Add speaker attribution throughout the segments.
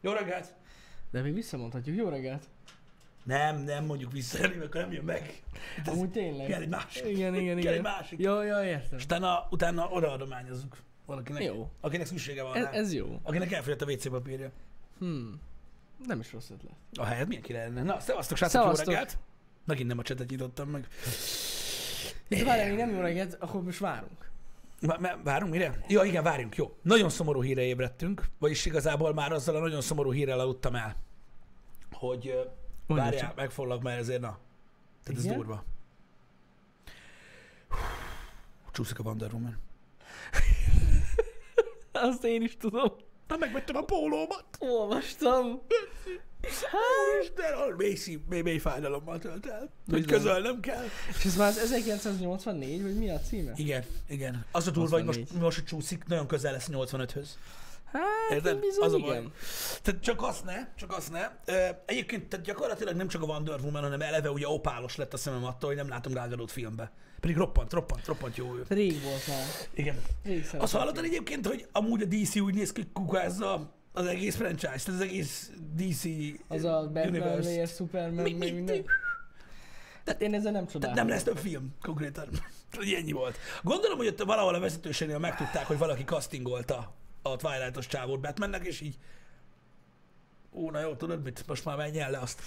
Speaker 1: Jó reggelt!
Speaker 2: De még visszamondhatjuk, jó reggelt!
Speaker 1: Nem, nem mondjuk vissza, mert akkor nem jön meg. Hát ez-
Speaker 2: Amúgy tényleg.
Speaker 1: Kell egy másik.
Speaker 2: Igen, igen,
Speaker 1: Kell
Speaker 2: igen.
Speaker 1: egy másik.
Speaker 2: Jó, jó, értem.
Speaker 1: Utána, utána odaadományozzuk valakinek,
Speaker 2: Jó.
Speaker 1: akinek szüksége van
Speaker 2: Ez,
Speaker 1: rá.
Speaker 2: ez jó.
Speaker 1: Akinek elfogyott a WC papírja.
Speaker 2: Hmm. Nem is rossz ötlet.
Speaker 1: A helyet milyen király lenne. Na, szevasztok, srácok, jó
Speaker 2: Szevasztok.
Speaker 1: reggelt! Megint nem a csetet nyitottam meg.
Speaker 2: De várjál, még nem jó reggelt, akkor most várunk.
Speaker 1: Vá- vá- Várunk mire? Ja, igen, várjunk, jó. Nagyon szomorú híre ébredtünk, vagyis igazából már azzal a nagyon szomorú hírrel aludtam el, hogy ö,
Speaker 2: Mondja
Speaker 1: várjál,
Speaker 2: csak.
Speaker 1: megfoglak, mert ezért na. Tehát ez
Speaker 2: Igen?
Speaker 1: durva. Csúszik a Wonder Woman.
Speaker 2: Azt én is tudom.
Speaker 1: Na, megvettem a pólómat!
Speaker 2: Olvastam. Hát.
Speaker 1: Isten, ahol mély, szív, mély, mély fájdalommal tölt el. Hogy
Speaker 2: van?
Speaker 1: közölnöm kell.
Speaker 2: És ez már az 1984, vagy mi a címe?
Speaker 1: Igen, igen. Az a durva, hogy most,
Speaker 2: 84.
Speaker 1: most hogy csúszik, nagyon közel lesz 85-höz.
Speaker 2: Hát,
Speaker 1: Érted?
Speaker 2: bizony,
Speaker 1: Az a baj.
Speaker 2: igen.
Speaker 1: Tehát csak azt ne, csak azt ne. Ö, Egyébként tehát gyakorlatilag nem csak a Wonder Woman, hanem eleve ugye opálos lett a szemem attól, hogy nem látom Gal filmbe. Pedig roppant, roppant, roppant jó ő.
Speaker 2: Rég volt már.
Speaker 1: Igen.
Speaker 2: Rég szeretem.
Speaker 1: Azt hallottad egyébként, hogy amúgy a DC úgy néz ki, kukázza az egész franchise, tehát az egész DC
Speaker 2: Az a Batman,
Speaker 1: universe.
Speaker 2: Layer, Superman,
Speaker 1: Mi-
Speaker 2: meg
Speaker 1: mi-
Speaker 2: minden. Tehát én ezzel nem
Speaker 1: Tehát
Speaker 2: csodálom.
Speaker 1: nem lesz több film, konkrétan. Tehát Ennyi volt. Gondolom, hogy ott valahol a vezetőségnél megtudták, hogy valaki castingolta a Twilight-os csávót Batmannek, és így Ó, na jó, tudod mit? Most már menj el le azt.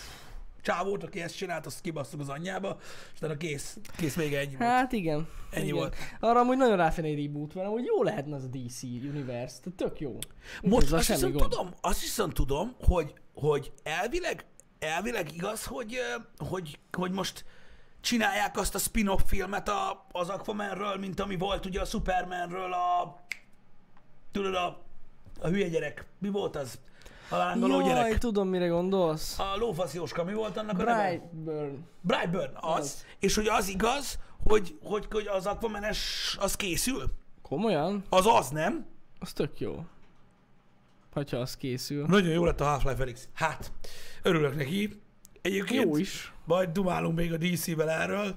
Speaker 1: Csávót, aki ezt csinált, azt kibasszuk az anyjába, és utána kész. Kész még ennyi volt.
Speaker 2: Hát igen.
Speaker 1: Ennyi
Speaker 2: igen.
Speaker 1: volt.
Speaker 2: Arra amúgy nagyon ráférne egy reboot, mert amúgy jó lehetne az a DC universe, tehát tök jó.
Speaker 1: Most
Speaker 2: Azzal
Speaker 1: azt
Speaker 2: semmi
Speaker 1: hiszem,
Speaker 2: gond.
Speaker 1: tudom, azt hiszem tudom, hogy, hogy elvileg, elvileg igaz, hogy, ö, hogy, hogy most csinálják azt a spin-off filmet a, az Aquamanről, mint ami volt ugye a Supermanről, a, tudod, a, a hülye gyerek. Mi volt az? A lángoló
Speaker 2: Jaj,
Speaker 1: gyerek.
Speaker 2: tudom mire gondolsz.
Speaker 1: A lófasz Jóska, mi volt annak a neve?
Speaker 2: Brightburn.
Speaker 1: Brightburn, az.
Speaker 2: Az.
Speaker 1: És hogy az igaz, hogy, hogy, hogy az Aquamanes az készül?
Speaker 2: Komolyan?
Speaker 1: Az az, nem?
Speaker 2: Az tök jó. Hogyha az készül.
Speaker 1: Nagyon jó lett a Half-Life Alyx. Hát, örülök neki. Egyébként
Speaker 2: Jó is.
Speaker 1: majd dumálunk még a DC-vel erről.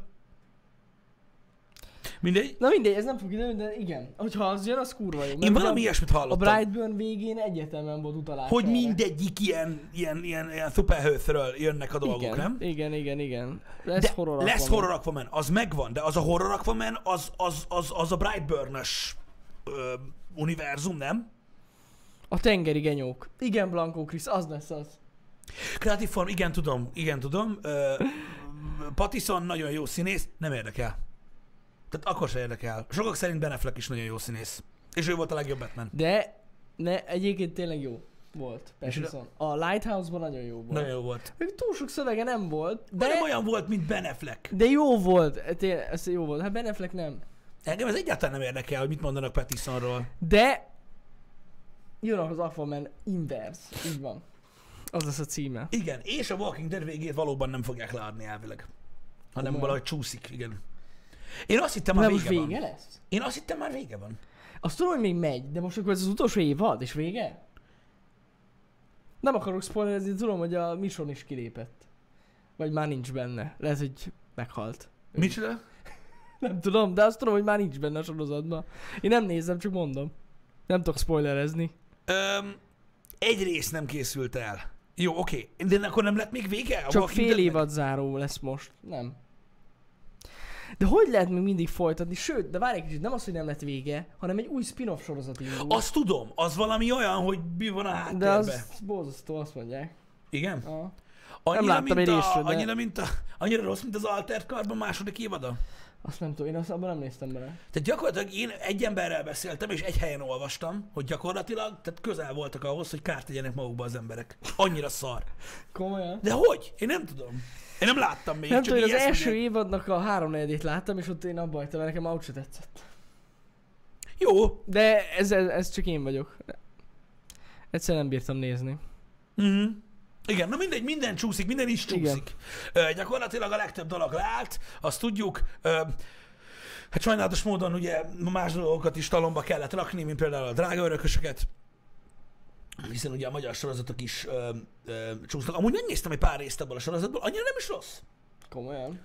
Speaker 1: Mindegy.
Speaker 2: Na mindegy, ez nem fog időn, de igen. Hogyha az jön, az kurva jó.
Speaker 1: Én
Speaker 2: Mert
Speaker 1: valami
Speaker 2: ugye
Speaker 1: ilyesmit
Speaker 2: a, a
Speaker 1: hallottam,
Speaker 2: Brightburn végén egyetemen volt utalás.
Speaker 1: hogy
Speaker 2: erre.
Speaker 1: mindegyik ilyen, ilyen, ilyen, ilyen szuperhőszről jönnek a dolgok,
Speaker 2: igen,
Speaker 1: nem?
Speaker 2: Igen, igen, igen. Lesz
Speaker 1: De
Speaker 2: horror.
Speaker 1: lesz
Speaker 2: Aquaman.
Speaker 1: horror Aquaman, az megvan, de az a horror Aquaman, az, az, az, az a Brightburn-ös ö, univerzum, nem?
Speaker 2: A tengeri genyók. Igen, Blanco Krisz, az lesz az.
Speaker 1: Creative Form, igen tudom, igen tudom. Ö, Patison nagyon jó színész, nem érdekel. Tehát akkor se érdekel. Sokak szerint Ben Affleck is nagyon jó színész. És ő volt a legjobb Batman.
Speaker 2: De ne, egyébként tényleg jó volt.
Speaker 1: És
Speaker 2: Pattinson. A Lighthouse-ban nagyon jó volt.
Speaker 1: Nagyon jó volt.
Speaker 2: Még túl sok szövege nem volt,
Speaker 1: De
Speaker 2: de,
Speaker 1: nem olyan volt, mint Ben Affleck.
Speaker 2: de jó volt. Tényleg, ez jó volt. Hát Ben Affleck nem.
Speaker 1: Engem ez egyáltalán nem érdekel, hogy mit mondanak Pattisonról.
Speaker 2: De jön az Aquaman Inverse, így van. Az lesz a címe.
Speaker 1: Igen, és a Walking Dead végét valóban nem fogják leadni elvileg. Hanem
Speaker 2: Komolyan?
Speaker 1: valahogy csúszik, igen. Én azt hittem már
Speaker 2: Már most
Speaker 1: vége,
Speaker 2: vége
Speaker 1: van.
Speaker 2: lesz?
Speaker 1: Én azt hittem már vége van.
Speaker 2: Azt tudom, hogy még megy, de most akkor ez az utolsó évad, és vége? Nem akarok spoilerezni, tudom, hogy a Mission is kilépett. Vagy már nincs benne. Lehet, hogy meghalt. Ő.
Speaker 1: Micsoda?
Speaker 2: Nem tudom, de azt tudom, hogy már nincs benne a sorozatban. Én nem nézem, csak mondom. Nem tudok spoilerezni.
Speaker 1: Öm, egy rész nem készült el. Jó, oké. Okay. De akkor nem lett még vége? A
Speaker 2: Csak
Speaker 1: Walking
Speaker 2: fél
Speaker 1: Deadnek?
Speaker 2: évad záró lesz most. Nem. De hogy lehet még mindig folytatni? Sőt, de várj egy kicsit, nem az, hogy nem lett vége, hanem egy új spin-off sorozat indul.
Speaker 1: Azt tudom, az valami olyan, hogy mi van a
Speaker 2: de
Speaker 1: háttérben. Az...
Speaker 2: az borzasztó, azt mondják.
Speaker 1: Igen?
Speaker 2: Aha.
Speaker 1: Annyira,
Speaker 2: láttam
Speaker 1: mint
Speaker 2: egy
Speaker 1: a,
Speaker 2: részről, de-
Speaker 1: annyira, mint a, annyira rossz, mint az Alter Carbon második évada.
Speaker 2: Azt nem tudom, én azt, abban nem néztem bele.
Speaker 1: Tehát gyakorlatilag én egy emberrel beszéltem, és egy helyen olvastam, hogy gyakorlatilag tehát közel voltak ahhoz, hogy kárt tegyenek magukba az emberek. Annyira szar.
Speaker 2: Komolyan?
Speaker 1: De hogy? Én nem tudom. Én nem láttam még.
Speaker 2: nem
Speaker 1: csak
Speaker 2: tudom, én
Speaker 1: így
Speaker 2: az
Speaker 1: ezt
Speaker 2: első
Speaker 1: mondják.
Speaker 2: évadnak a háromnegyedét láttam, és ott én abba hagytam, mert nekem out se tetszett.
Speaker 1: Jó.
Speaker 2: De ez, ez, ez csak én vagyok. Egyszerűen nem bírtam nézni.
Speaker 1: Mhm. Igen, na mindegy, minden csúszik, minden is csúszik. Ö, gyakorlatilag a legtöbb dolog leállt, azt tudjuk. Ö, hát sajnálatos módon ugye más dolgokat is talomba kellett rakni, mint például a drága örökösöket, hiszen ugye a magyar sorozatok is ö, ö, csúsznak. Amúgy megnéztem egy pár részt abból a sorozatból, annyira nem is rossz.
Speaker 2: Komolyan?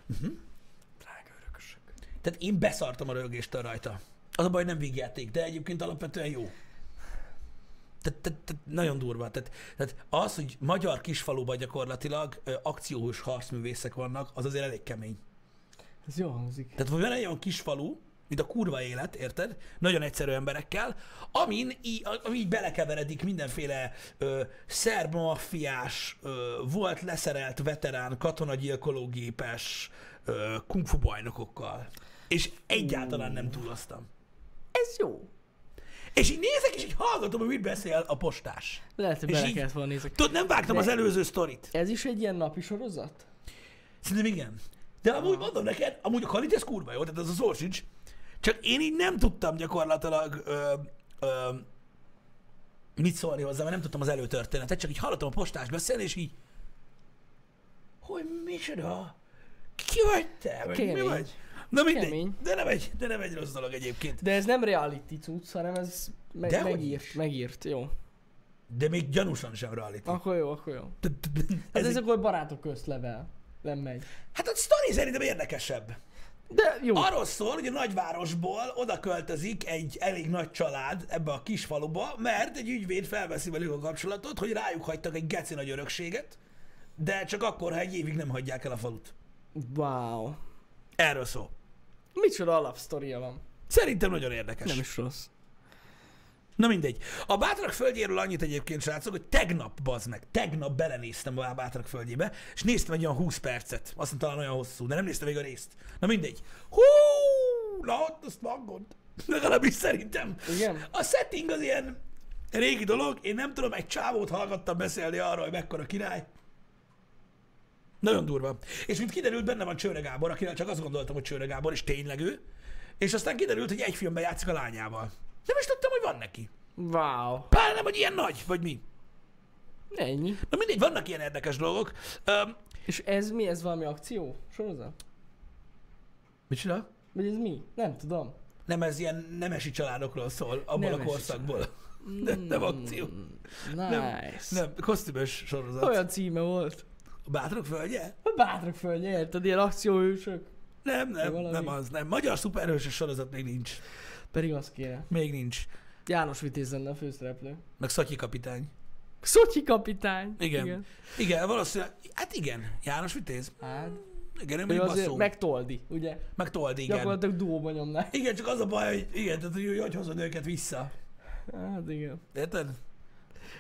Speaker 1: Drága örökösök. Tehát én beszartam a rögéstől rajta. Az a baj, hogy nem vígjáték, de egyébként alapvetően jó. Tehát, tehát, tehát nagyon durva. Tehát, tehát az, hogy magyar kisfaluban gyakorlatilag ö, akciós harcművészek vannak, az azért elég kemény.
Speaker 2: Ez jól hangzik.
Speaker 1: Tehát van egy olyan kis falu, mint a kurva élet, érted? Nagyon egyszerű emberekkel, amin így, ami így belekeveredik mindenféle ö, szerb maffiás, ö, volt leszerelt veterán, katonagyilkológépes ö, kungfu bajnokokkal. És egyáltalán nem túloztam.
Speaker 2: Ez jó.
Speaker 1: És így nézek, és így hallgatom, hogy mit beszél a postás.
Speaker 2: Lehet, hogy
Speaker 1: És
Speaker 2: bele
Speaker 1: így-
Speaker 2: kellett volna nézni.
Speaker 1: Tudod, nem vágtam
Speaker 2: De-
Speaker 1: az előző sztorit.
Speaker 2: Ez is egy ilyen napi sorozat?
Speaker 1: Szerintem igen. De amúgy mondom neked, amúgy a kalit ez kurva jó, tehát az az sincs. Csak én így nem tudtam gyakorlatilag ö, ö, mit szólni hozzá, mert nem tudtam az előtörténetet, csak így hallottam a postást beszélni, és így hogy micsoda? Ki vagy te? Vagy mi
Speaker 2: Kemény.
Speaker 1: vagy? Na mindegy,
Speaker 2: Kemény.
Speaker 1: de nem, egy, de nem egy rossz dolog egyébként.
Speaker 2: De ez nem reality cucc, hanem ez meg,
Speaker 1: Dehogy
Speaker 2: megírt, megírt, jó.
Speaker 1: De még gyanúsan sem reality.
Speaker 2: Akkor jó, akkor jó. Ah. Hát
Speaker 1: Ez
Speaker 2: ez,
Speaker 1: egy-
Speaker 2: akkor barátok közt level. Nem megy.
Speaker 1: Hát a sztori szerintem érdekesebb.
Speaker 2: De jó.
Speaker 1: Arról szól, hogy a nagyvárosból oda költözik egy elég nagy család ebbe a kis faluba, mert egy ügyvéd felveszi velük a kapcsolatot, hogy rájuk hagytak egy geci nagy örökséget, de csak akkor, ha egy évig nem hagyják el a falut.
Speaker 2: Wow.
Speaker 1: Erről szól.
Speaker 2: Micsoda alapsztoria van.
Speaker 1: Szerintem nagyon érdekes.
Speaker 2: Nem is rossz.
Speaker 1: Na mindegy. A Bátrak földjéről annyit egyébként, srácok, hogy tegnap, bazd meg, tegnap belenéztem a Bátrak földjébe, és néztem egy olyan 20 percet. Azt hiszem talán olyan hosszú, de nem néztem még a részt. Na mindegy. Hú, na ott azt maggond. Legalábbis szerintem.
Speaker 2: Igen?
Speaker 1: A setting az ilyen régi dolog. Én nem tudom, egy csávót hallgattam beszélni arról, hogy mekkora király. Nagyon durva. És mint kiderült, benne van Csőre Gábor, akiről csak azt gondoltam, hogy Csőre Gábor, és tényleg ő. És aztán kiderült, hogy egy filmben játszik a lányával. Nem is tudtam, hogy van neki.
Speaker 2: Wow.
Speaker 1: Pár nem, hogy ilyen nagy, vagy mi.
Speaker 2: Ennyi.
Speaker 1: Na mindegy, vannak ilyen érdekes dolgok. Öm,
Speaker 2: És ez mi? Ez valami akció? Sorozat?
Speaker 1: mit csinál?
Speaker 2: Vagy ez mi? Nem tudom.
Speaker 1: Nem, ez ilyen nemesi családokról szól, abból
Speaker 2: Nemesi Hmm.
Speaker 1: a korszakból. De nem akció.
Speaker 2: Nice.
Speaker 1: Nem, kosztümös sorozat. Olyan.
Speaker 2: Olyan címe volt.
Speaker 1: A Bátrok völgye?
Speaker 2: A bátrak földje, érted? Ilyen akcióhősök.
Speaker 1: Nem, nem,
Speaker 2: valami?
Speaker 1: nem az, nem. Magyar szuperhősös sorozat még nincs.
Speaker 2: Pedig az kéne.
Speaker 1: Még nincs.
Speaker 2: János Vitéz lenne a főszereplő.
Speaker 1: Meg Szatyi kapitány.
Speaker 2: Szotyi kapitány.
Speaker 1: Igen. Igen, igen valószínűleg. Hát igen, János Vitéz.
Speaker 2: Hát,
Speaker 1: Igen, ő még
Speaker 2: ő azért
Speaker 1: basszó. Meg,
Speaker 2: megtoldi, ugye?
Speaker 1: meg Toldi, igen.
Speaker 2: Gyakorlatilag duóban nyomnák.
Speaker 1: Igen, csak az a baj, hogy igen, tehát hogy, ő hogy hozod őket vissza.
Speaker 2: Hát igen.
Speaker 1: Érted?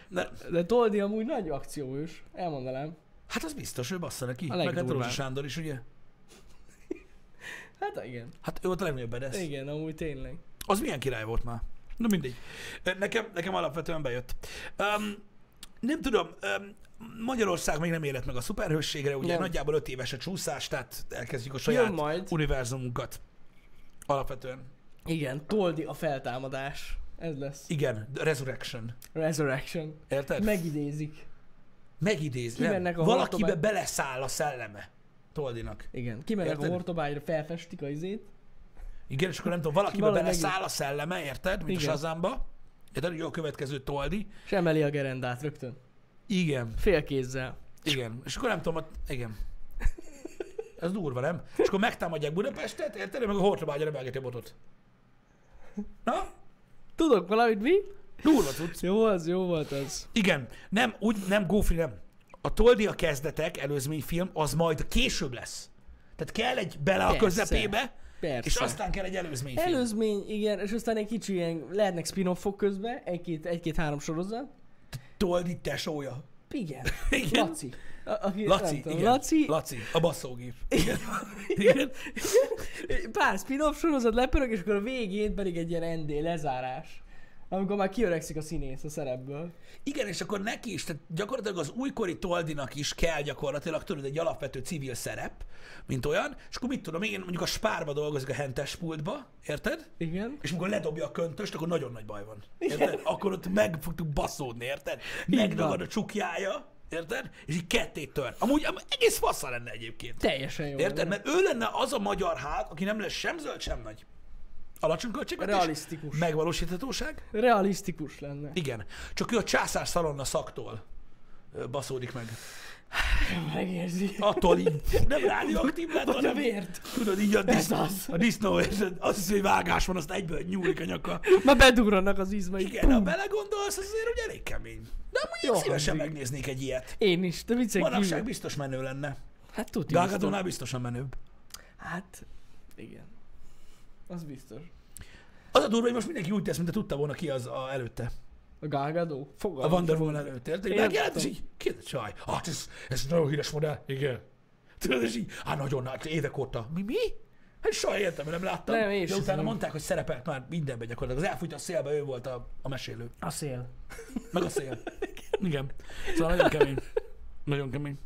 Speaker 1: Na,
Speaker 2: De Toldi amúgy nagy akcióhős, elmondanám.
Speaker 1: hát az biztos, ő bassza neki.
Speaker 2: A
Speaker 1: meg hát
Speaker 2: legdurvább.
Speaker 1: Rózsa Sándor is, ugye?
Speaker 2: Hát igen.
Speaker 1: Hát ő volt a legnagyobb bedesz.
Speaker 2: Igen, amúgy tényleg.
Speaker 1: Az milyen király volt már? Na mindegy. Ö, Nekem, nekem alapvetően bejött. Um, nem tudom, um, Magyarország még nem élet meg a szuperhősségre, ugye nem.
Speaker 2: Nem.
Speaker 1: nagyjából öt éves a csúszás, tehát elkezdjük a saját
Speaker 2: Jön majd.
Speaker 1: univerzumunkat. Alapvetően.
Speaker 2: Igen, Toldi a feltámadás. Ez lesz.
Speaker 1: Igen, The Resurrection.
Speaker 2: Resurrection.
Speaker 1: Érted?
Speaker 2: Megidézik.
Speaker 1: Megidéz, nem?
Speaker 2: Kimennek a
Speaker 1: Valakibe
Speaker 2: harcba-
Speaker 1: beleszáll a szelleme. Toldinak.
Speaker 2: Igen. Kimennek a
Speaker 1: Érted?
Speaker 2: hortobágyra, felfestik a izét.
Speaker 1: Igen, és akkor nem tudom, valakibe
Speaker 2: Valahogy
Speaker 1: beleszáll a szelleme, érted? Mint
Speaker 2: Igen.
Speaker 1: a Sazámba. Érted? Jó, a következő Toldi.
Speaker 2: És emeli a gerendát rögtön.
Speaker 1: Igen,
Speaker 2: Félkézzel.
Speaker 1: igen. És akkor nem tudom, a... igen. Ez durva, nem? És akkor megtámadják Budapestet, érted? Meg a hortobágyra emelgeti a botot. Na?
Speaker 2: Tudok valamit mi?
Speaker 1: Durva tudsz.
Speaker 2: Jó az, jó volt az.
Speaker 1: Igen, nem, úgy, nem, Gófri, nem. A Toldi a kezdetek, előzményfilm, az majd később lesz. Tehát kell egy bele a
Speaker 2: Persze.
Speaker 1: közepébe,
Speaker 2: Persze.
Speaker 1: és aztán kell egy előzményfilm.
Speaker 2: Előzmény, igen, és aztán egy kicsi ilyen, lehetnek spin-offok közben, egy-két, egy-két-három sorozat.
Speaker 1: Toldi tesója.
Speaker 2: Igen.
Speaker 1: Igen.
Speaker 2: Laci. A, aki,
Speaker 1: Laci,
Speaker 2: nem tudom,
Speaker 1: igen.
Speaker 2: Laci,
Speaker 1: Laci, a basszógép. Igen. igen.
Speaker 2: pár spin-off sorozat lepörög, és akkor a végén pedig egy ilyen ND lezárás. Amikor már kiöregszik a színész a szerepből.
Speaker 1: Igen, és akkor neki is, tehát gyakorlatilag az újkori Toldinak is kell gyakorlatilag tudod egy alapvető civil szerep, mint olyan, és akkor mit tudom én, mondjuk a spárba dolgozik a hentes pultba, érted?
Speaker 2: Igen.
Speaker 1: És amikor ledobja a köntöst, akkor nagyon nagy baj van. Érted? Akkor ott meg fogtuk baszódni, érted? Megragad a csukjája, érted? És így ketté tör. Amúgy am- egész fassa lenne egyébként.
Speaker 2: Teljesen jó.
Speaker 1: Érted?
Speaker 2: lenne.
Speaker 1: Mert ő lenne az a magyar hát, aki nem lesz sem zöld, sem nagy. Alacsony költségvetés.
Speaker 2: Realisztikus.
Speaker 1: Megvalósíthatóság.
Speaker 2: Realisztikus lenne.
Speaker 1: Igen. Csak ő a császár szalonna szaktól ö, baszódik meg.
Speaker 2: Megérzi.
Speaker 1: Attól így nem rádióaktív lett,
Speaker 2: Vagy a
Speaker 1: hanem
Speaker 2: vért.
Speaker 1: tudod így a,
Speaker 2: Ez
Speaker 1: disznó,
Speaker 2: az.
Speaker 1: a disznó, és azt hiszi, hogy vágás van, azt egyből nyúlik a nyaka.
Speaker 2: Már bedugrannak az izmai.
Speaker 1: Igen, ha belegondolsz, az azért ugye elég kemény. De amúgy
Speaker 2: Jó
Speaker 1: én szívesen
Speaker 2: hangzik.
Speaker 1: megnéznék egy ilyet.
Speaker 2: Én is, de viccen
Speaker 1: Manapság
Speaker 2: kívül.
Speaker 1: biztos menő lenne.
Speaker 2: Hát tudja.
Speaker 1: Gálgadónál biztosan menőbb.
Speaker 2: Hát, igen. Az biztos.
Speaker 1: Az a durva, hogy most mindenki úgy tesz, mint tudta volna ki az a előtte.
Speaker 2: A gálgadó?
Speaker 1: A
Speaker 2: Fogalmam.
Speaker 1: Wonder Woman előtt, érted?
Speaker 2: Értem.
Speaker 1: Megjelent, és így, ki ez a csaj? Hát ez, ez nagyon híres modell. Igen. Tudod, és így, hát nagyon nagy, évek óta. Mi, mi? Hát soha értem, nem láttam.
Speaker 2: Nem, én
Speaker 1: De
Speaker 2: sem
Speaker 1: utána
Speaker 2: tudom.
Speaker 1: mondták, hogy szerepelt már mindenben gyakorlatilag. Az elfújt a szélbe, ő volt a, a mesélő.
Speaker 2: A szél.
Speaker 1: Meg a szél. Igen. Szóval nagyon kemény. Nagyon kemény.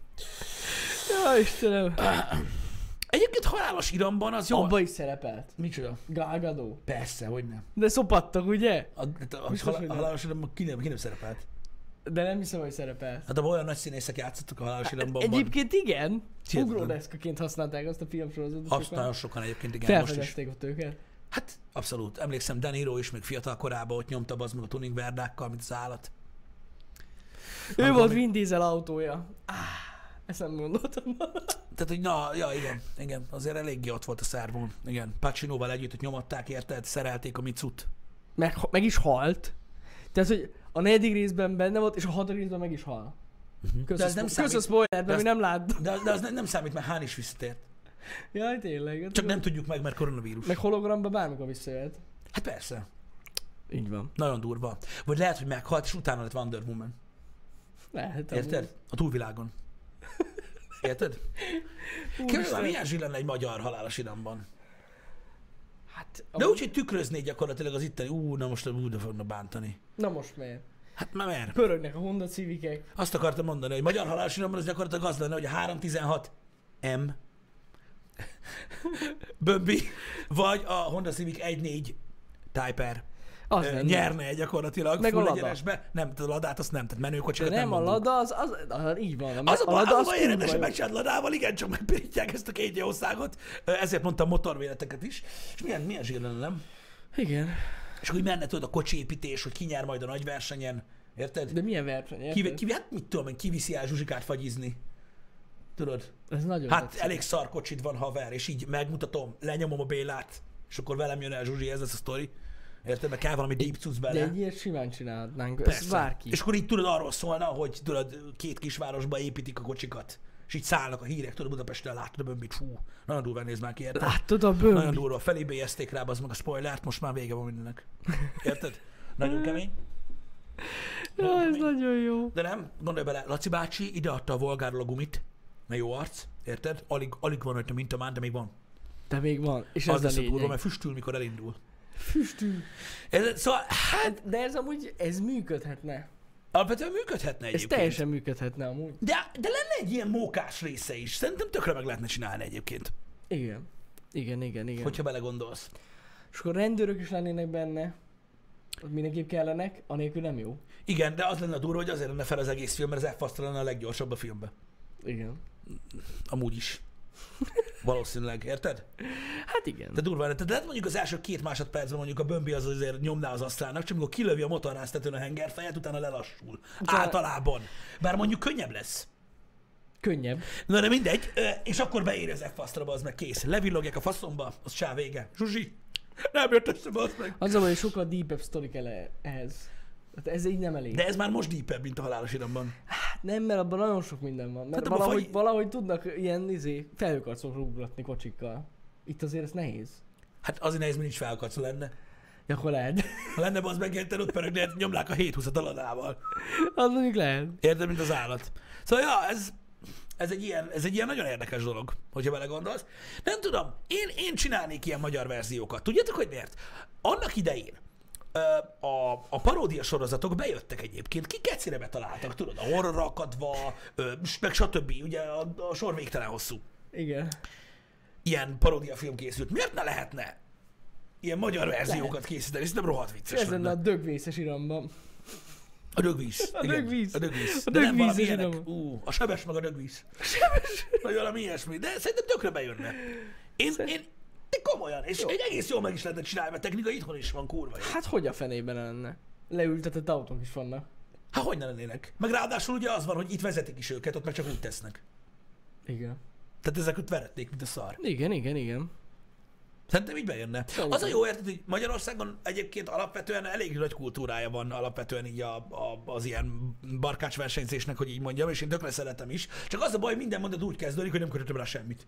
Speaker 2: Ja, Istenem.
Speaker 1: Egyébként halálos iramban az jó.
Speaker 2: Abba is szerepelt.
Speaker 1: Micsoda?
Speaker 2: Gálgadó.
Speaker 1: Persze, hogy nem.
Speaker 2: De szopattak, ugye?
Speaker 1: A, a, a,
Speaker 2: Biztos,
Speaker 1: hal-
Speaker 2: hogy
Speaker 1: a
Speaker 2: nem.
Speaker 1: halálos iramban ki nem, ki nem szerepelt.
Speaker 2: De nem hiszem, hogy szerepelt.
Speaker 1: Hát abban olyan nagy színészek játszottak a
Speaker 2: Hát
Speaker 1: halálos iramban. Egyébként
Speaker 2: Egyébként igen.
Speaker 1: Hihetetlen.
Speaker 2: Ugródeszkaként használták azt a filmsorozatot. sokan.
Speaker 1: Használnak sokan egyébként, igen, most is.
Speaker 2: Felfedezték ott őket.
Speaker 1: Hát abszolút. Emlékszem, Dan Hero is még fiatal korában ott nyomta az meg a tuning verdákkal, mint az állat.
Speaker 2: Ő
Speaker 1: Akkor
Speaker 2: volt
Speaker 1: még-
Speaker 2: Vin Diesel autója. Áh, ezt nem gondoltam.
Speaker 1: Tehát, hogy na, ja, igen, igen, azért eléggé ott volt a szárvon. Igen, Pacinóval együtt ott nyomatták, érted, szerelték a micut.
Speaker 2: Meg, meg is halt. Tehát, hogy a negyedik részben benne volt, és a hatodik részben meg is hal. Kösz
Speaker 1: De
Speaker 2: a
Speaker 1: ez nem
Speaker 2: spo-
Speaker 1: számít.
Speaker 2: Kösz a spoiler, mert
Speaker 1: ez-
Speaker 2: mi nem láttam.
Speaker 1: Mhm. De, de az ne, nem számít, mert hán is visszatért.
Speaker 2: Jaj, tényleg. hát
Speaker 1: Csak
Speaker 2: jó.
Speaker 1: nem tudjuk meg, mert koronavírus.
Speaker 2: Meg hologramba bármikor visszajöhet.
Speaker 1: Hát persze,
Speaker 2: Így van.
Speaker 1: nagyon durva. Vagy lehet, hogy meghalt, és utána lett Wonder Woman.
Speaker 2: Lehet.
Speaker 1: Érted? A túlvilágon. Érted? Kérdezem,
Speaker 2: Úristen.
Speaker 1: milyen zsír lenne egy magyar halálos iramban?
Speaker 2: Hát,
Speaker 1: De úgy, hogy tükrözné gyakorlatilag az itteni, ú, na most úgy fogna bántani.
Speaker 2: Na most miért?
Speaker 1: Hát már mer.
Speaker 2: Pörögnek a Honda civikek.
Speaker 1: Azt akartam mondani, hogy magyar halálos iramban az gyakorlatilag az lenne, hogy a 316 M Bömbi, vagy a Honda Civic 1.4 Type R
Speaker 2: Az
Speaker 1: ö,
Speaker 2: lenne.
Speaker 1: nyerne gyakorlatilag.
Speaker 2: Meg a
Speaker 1: full
Speaker 2: Lada.
Speaker 1: egyenesbe. Nem, a ladát azt nem, tehát
Speaker 2: De
Speaker 1: menőkocsikat nem,
Speaker 2: nem, a
Speaker 1: mondunk.
Speaker 2: Lada, az, az, az, így van.
Speaker 1: Az a baj, az
Speaker 2: Lada
Speaker 1: a baj
Speaker 2: kurva
Speaker 1: érdemes, hogy
Speaker 2: jó.
Speaker 1: megcsinálod Ladával, igen, csak megpirítják ezt a két jószágot. Ö, Ezért mondtam motorvéleteket is. És milyen, milyen zsírlen, nem?
Speaker 2: Igen.
Speaker 1: És hogy menne tudod a kocsiépítés, hogy ki nyer majd a nagy versenyen. Érted?
Speaker 2: De milyen verseny,
Speaker 1: Ki,
Speaker 2: érted?
Speaker 1: ki, hát mit tudom én, kiviszi el Zsuzsikát fagyizni. Tudod?
Speaker 2: Ez nagyon
Speaker 1: Hát
Speaker 2: tetszik.
Speaker 1: elég szar kocsid van haver, és így megmutatom, lenyomom a Bélát, és akkor velem jön el Zsuzsi, ez lesz a sztori. Érted? Mert kell valami deep cucc bele.
Speaker 2: De egy ilyet simán csinálhatnánk,
Speaker 1: Persze.
Speaker 2: ezt bárki.
Speaker 1: És akkor így tudod arról szólna, hogy tudod, két kisvárosba építik a kocsikat, és így szállnak a hírek, tudod, Budapesten látod a bömbit, fú, nagyon durván néz már ki, érted?
Speaker 2: Látod a
Speaker 1: Nagyon
Speaker 2: bőr?
Speaker 1: durva, felébélyezték rá, az meg a spoilert, most már vége van mindennek. Érted? Nagyon kemény.
Speaker 2: Ja, ez nagyon jó.
Speaker 1: De nem, gondolj bele, Laci bácsi ideadta a volgáról a gumit, mert jó arc, érted? Alig, alig van rajta mintamán, de még van.
Speaker 2: De még van, és
Speaker 1: Az
Speaker 2: ez
Speaker 1: lesz
Speaker 2: a
Speaker 1: a durva,
Speaker 2: lényeg.
Speaker 1: mert füstül, mikor elindul.
Speaker 2: Füstű.
Speaker 1: Ez, szóval, hát,
Speaker 2: De ez amúgy, ez működhetne.
Speaker 1: alapvetően működhetne
Speaker 2: Ez
Speaker 1: egyébként.
Speaker 2: teljesen működhetne amúgy.
Speaker 1: De, de lenne egy ilyen mókás része is. Szerintem tökre meg lehetne csinálni egyébként,
Speaker 2: Igen. Igen, igen, igen.
Speaker 1: hogyha belegondolsz.
Speaker 2: És akkor rendőrök is lennének benne. Ott mindenképp kellenek, anélkül nem jó.
Speaker 1: Igen, de az lenne a durva, hogy azért lenne fel az egész film, mert az f lenne a leggyorsabb a filmben.
Speaker 2: Igen.
Speaker 1: Amúgy is. Valószínűleg, érted?
Speaker 2: Hát igen.
Speaker 1: De durván, tehát lehet mondjuk az első két másodpercben mondjuk a bömbi az azért nyomná az asztrának, csak amikor kilövi a motorháztetőn a hengerfejet, utána lelassul. Általában. Bár mondjuk könnyebb lesz.
Speaker 2: Könnyebb.
Speaker 1: Na de mindegy, ö, és akkor beér az f az meg kész. Levillogják a faszomba, az csá vége. Zsuzsi, nem jött össze, az meg.
Speaker 2: Az a baj, hogy sokkal deepebb sztori kell e- ehhez. Hát ez így nem elég. Hát
Speaker 1: De ez már most deepebb, mint a halálos iramban.
Speaker 2: Nem, mert abban nagyon sok minden van. Mert
Speaker 1: Hát abban
Speaker 2: valahogy,
Speaker 1: fagy-
Speaker 2: valahogy tudnak ilyen izé, felhőkarcokra ugratni kocsikkal. Itt azért ez nehéz.
Speaker 1: Hát azért nehéz, mert nincs felkacsa lenne.
Speaker 2: Ja, akkor lehet.
Speaker 1: Ha lenne, az megérted, ott pörög, de nyomlák a 7 20 taladával.
Speaker 2: az mondjuk lehet.
Speaker 1: Érted, mint az állat. Szóval, ja, ez, ez, egy ilyen, ez egy ilyen nagyon érdekes dolog, hogyha belegondolsz. Nem tudom, én, én csinálnék ilyen magyar verziókat. Tudjátok, hogy miért? Annak idején ö, a, a paródia sorozatok bejöttek egyébként, ki kecire betaláltak, tudod, a horror akadva, ö, s- meg stb. Ugye a, a sor végtelen hosszú.
Speaker 2: Igen.
Speaker 1: Ilyen paródia film készült. Miért ne lehetne ilyen magyar verziókat készíteni? Szerintem rohadt vicces
Speaker 2: Ez lenne a dögvészes iramban.
Speaker 1: A dögvíz.
Speaker 2: A
Speaker 1: igen.
Speaker 2: dögvíz.
Speaker 1: A dögvíz.
Speaker 2: A
Speaker 1: De nem
Speaker 2: dögvíz
Speaker 1: valami
Speaker 2: is
Speaker 1: ilyenek.
Speaker 2: idomó.
Speaker 1: Ú, a sebes meg a dögvíz. A sebes. Vagy valami ilyesmi. De szerintem tökre bejönne. Én, én de komolyan, és egy egész jól meg is lehetne csinálni, mert technika itthon is van, kurva. jó.
Speaker 2: Hát hogy a fenében lenne? Leültetett autók is vannak.
Speaker 1: Hát hogy ne lennének? Meg ráadásul ugye az van, hogy itt vezetik is őket, ott meg csak úgy tesznek.
Speaker 2: Igen.
Speaker 1: Tehát ezek ott veretnék, mint a szar.
Speaker 2: Igen, igen, igen.
Speaker 1: Szerintem így bejönne. Az a jó érted, hogy Magyarországon egyébként alapvetően elég nagy kultúrája van alapvetően így a, a, az ilyen barkács versenyzésnek, hogy így mondjam, és én tökre szeretem is. Csak az a baj, hogy minden mondat úgy kezdődik, hogy nem kötöttem rá semmit.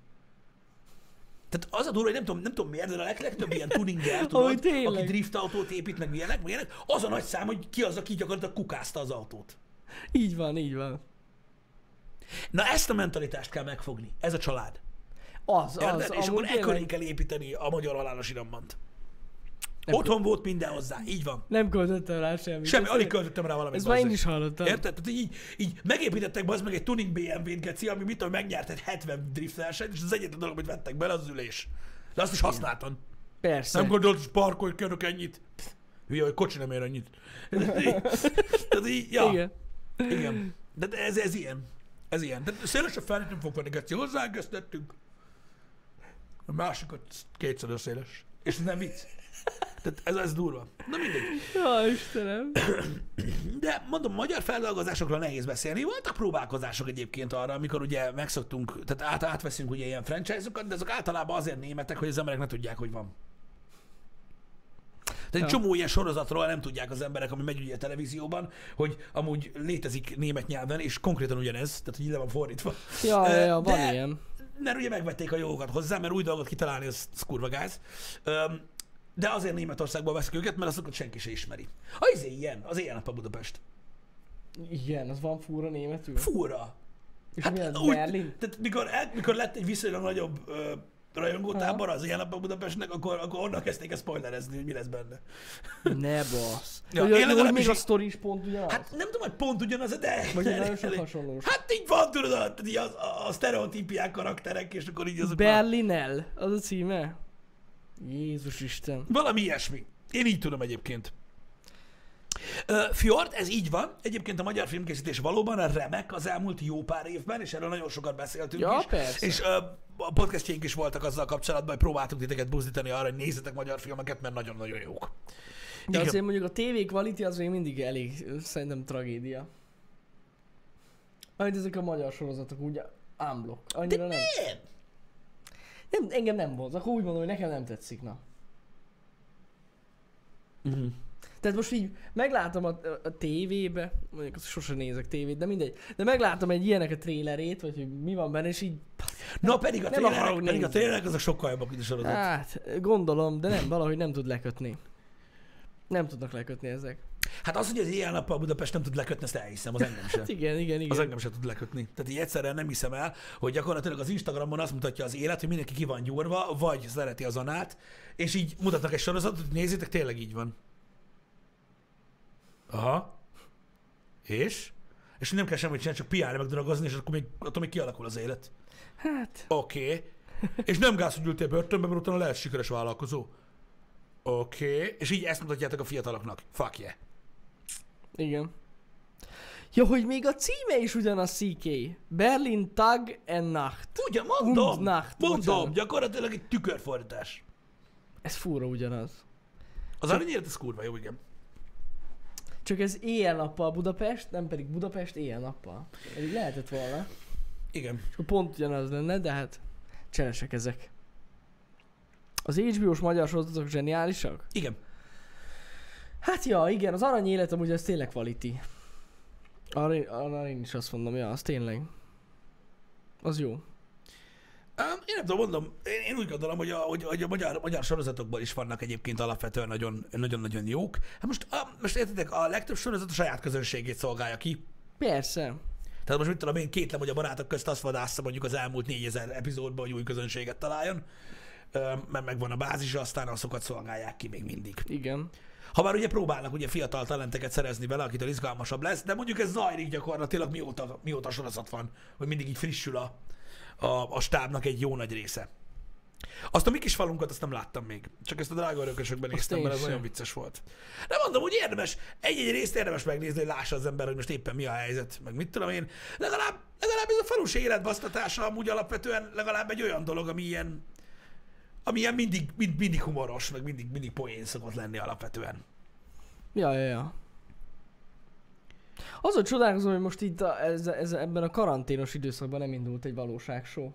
Speaker 1: Tehát az a durva, hogy nem tudom, nem tudom miért, de a leg, legtöbb ilyen tuninggel,
Speaker 2: Amúgy
Speaker 1: tudod,
Speaker 2: tényleg.
Speaker 1: aki drift autót épít, meg milyenek, milyenek, az a nagy szám, hogy ki az, aki gyakorlatilag kukázta az autót.
Speaker 2: Így van, így van.
Speaker 1: Na ezt a mentalitást kell megfogni, ez a család.
Speaker 2: Az, az,
Speaker 1: Érted? És akkor
Speaker 2: amúgy
Speaker 1: ekkor
Speaker 2: tényleg
Speaker 1: kell építeni a magyar halálos iramban.
Speaker 2: Nem
Speaker 1: Otthon volt minden hozzá, így van.
Speaker 2: Nem költöttem rá semmit.
Speaker 1: Semmi,
Speaker 2: Ez-
Speaker 1: alig költöttem rá valamit.
Speaker 2: Ezt már én
Speaker 1: bazd
Speaker 2: is hallottam.
Speaker 1: meg. Érted? Tehát így, így megépítettek az meg egy tuning BMW-t, geci, ami mit tudom, megnyert egy 70 drift versenyt, és az egyetlen dolog, amit vettek bele, az, az ülés. De azt is használtan.
Speaker 2: Persze.
Speaker 1: Nem gondolt, hogy parkolj, körök ennyit. Pff, Hülye, hogy kocsi nem ér annyit. Tehát így, ja.
Speaker 2: Igen.
Speaker 1: Igen. De de ez, ez ilyen. Ez ilyen. De szélesebb felnőtt nem fog venni, Geci. Hozzáengesztettünk. A másikat kétszer a széles. És ez nem vicc. Tehát ez, ez durva. Na mindegy.
Speaker 2: Ja, Istenem.
Speaker 1: De mondom, magyar feldolgozásokról nehéz beszélni. Voltak próbálkozások egyébként arra, amikor ugye megszoktunk, tehát át, átveszünk ugye ilyen franchise-okat, de azok általában azért németek, hogy az emberek ne tudják, hogy van. Tehát egy
Speaker 2: Ja.
Speaker 1: csomó ilyen sorozatról nem tudják az emberek, ami megy ugye a televízióban, hogy amúgy létezik német nyelven, és konkrétan ugyanez, tehát hogy ide van fordítva.
Speaker 2: Ja, ja, ja, van
Speaker 1: De-
Speaker 2: ilyen.
Speaker 1: Mert ugye megvették a jogokat hozzá, mert új dolgot kitalálni, az, az kurva gáz. Öm, de azért Németországban veszik őket, mert azokat senki se ismeri. Ha izé ilyen, az ilyen nap a Budapest.
Speaker 2: Igen, az van fúra németül.
Speaker 1: Fúra.
Speaker 2: És mi
Speaker 1: Hát
Speaker 2: az
Speaker 1: úgy,
Speaker 2: Berlin?
Speaker 1: tehát mikor, el, mikor lett egy viszonylag nagyobb ö, rajongótábor az ilyen napban Budapestnek, akkor, akkor onnan kezdték el spoilerezni, hogy mi lesz benne.
Speaker 2: Ne basz.
Speaker 1: Ja,
Speaker 2: Ja,
Speaker 1: én
Speaker 2: hogy, hogy
Speaker 1: legalábbis
Speaker 2: még a
Speaker 1: így-
Speaker 2: sztori is pont ugyanaz?
Speaker 1: Hát nem tudom, hogy pont ugyanaz, de...
Speaker 2: Vagy
Speaker 1: de-
Speaker 2: nagyon sok
Speaker 1: de-
Speaker 2: hasonlós.
Speaker 1: Hát így van, tudod, a, tehát így az, a, a sztereotípiák karakterek, és akkor így azok... már-
Speaker 2: Berlinel, az a címe. Jézus Isten.
Speaker 1: Valami ilyesmi. Én így tudom egyébként. Ö, Fjord, ez így van. Egyébként a magyar filmkészítés valóban remek az elmúlt jó pár évben, és erről nagyon sokat beszéltünk
Speaker 2: Ja,
Speaker 1: is.
Speaker 2: persze.
Speaker 1: És ö, a podcastjaink is voltak azzal kapcsolatban, hogy próbáltunk titeket buzdítani arra, hogy nézzetek magyar filmeket, mert nagyon-nagyon jók.
Speaker 2: De
Speaker 1: Igen.
Speaker 2: azért mondjuk a TV quality az még mindig elég, ö, szerintem tragédia. Majd ezek a magyar sorozatok úgy unblock.
Speaker 1: De
Speaker 2: Annyira nem.
Speaker 1: nem!
Speaker 2: nem. engem nem vonz, akkor úgy mondom, hogy nekem nem tetszik, na.
Speaker 1: Mhm.
Speaker 2: Tehát most így meglátom a, a tévébe, mondjuk azt sose nézek tévét, de mindegy. De meglátom egy ilyenek a trélerét, vagy hogy mi van benne, és így
Speaker 1: Na pedig a
Speaker 2: Nem
Speaker 1: tényleg,
Speaker 2: akarok
Speaker 1: pedig a
Speaker 2: nézni.
Speaker 1: tényleg azok sokkal jobbak, mint a sorozat.
Speaker 2: Hát, gondolom, de nem, valahogy nem tud lekötni. Nem tudnak lekötni ezek.
Speaker 1: Hát az, hogy az ilyen nappal Budapest nem tud lekötni, ezt elhiszem, az engem sem.
Speaker 2: Hát igen, igen, igen.
Speaker 1: Az engem sem tud lekötni. Tehát így egyszerűen nem hiszem el, hogy gyakorlatilag az Instagramon azt mutatja az élet, hogy mindenki ki van gyúrva, vagy szereti az anát, és így mutatnak egy sorozatot, hogy nézzétek, tényleg így van. Aha. És? És nem kell semmit csinálni, csak piálni, meg dragozni, és akkor még, attól még kialakul az élet.
Speaker 2: Hát,
Speaker 1: Oké. Okay. És nem gáz, hogy ültél börtönbe, mert utána lehet sikeres vállalkozó. Oké. Okay. És így ezt mutatjátok a fiataloknak. Fuck yeah.
Speaker 2: igen. Ja, hogy még a címe is ugyanaz CK. Berlin Tag and Nacht.
Speaker 1: Ugye, mondom,
Speaker 2: Undnacht,
Speaker 1: mondom,
Speaker 2: bocsánat.
Speaker 1: gyakorlatilag egy tükörfordítás.
Speaker 2: Ez fúra ugyanaz.
Speaker 1: Az aranyért ez kurva jó, igen.
Speaker 2: Csak ez éjjel-nappal Budapest, nem pedig Budapest éjjel-nappal. Pedig lehetett volna.
Speaker 1: Igen.
Speaker 2: És akkor pont ugyanaz lenne, de hát cseresek ezek. Az HBO-s magyar sorozatok zseniálisak?
Speaker 1: Igen.
Speaker 2: Hát ja, igen, az arany élet amúgy az tényleg quality. Arra, arra én is azt mondom, ja, az tényleg. Az jó.
Speaker 1: Ám, Én nem tudom, mondom, én, én úgy gondolom, hogy a, hogy, hogy a magyar, magyar sorozatokban is vannak egyébként alapvetően nagyon- nagyon-nagyon jók. Hát most, a, most értitek, a legtöbb sorozat a saját közönségét szolgálja ki.
Speaker 2: Persze.
Speaker 1: Tehát most mit tudom, én kétlem, hogy a barátok közt azt vadászta mondjuk az elmúlt 4000 epizódban, hogy új közönséget találjon, Ö, mert megvan a bázisa, aztán azokat szolgálják ki még mindig.
Speaker 2: Igen.
Speaker 1: Ha már ugye próbálnak ugye fiatal talenteket szerezni vele, akitől izgalmasabb lesz, de mondjuk ez zajlik gyakorlatilag mióta, mióta sorozat van, hogy mindig így frissül a, a, a stábnak egy jó nagy része. Azt a mi kis falunkat azt nem láttam még. Csak ezt a drága örökösökben néztem,
Speaker 2: én
Speaker 1: mert ez
Speaker 2: sem.
Speaker 1: nagyon vicces volt. De mondom, hogy érdemes, egy-egy részt érdemes megnézni, hogy lássa az ember, hogy most éppen mi a helyzet, meg mit tudom én. Legalább, legalább ez a falusi életbasztatása amúgy alapvetően legalább egy olyan dolog, ami ilyen, ami ilyen mindig, mind, mindig humoros, meg mindig, mindig poén szokott lenni alapvetően.
Speaker 2: Ja, ja, ja. Azon csodálkozom, hogy most itt a, ez, ez, ebben a karanténos időszakban nem indult egy valóságshow.
Speaker 1: Nem,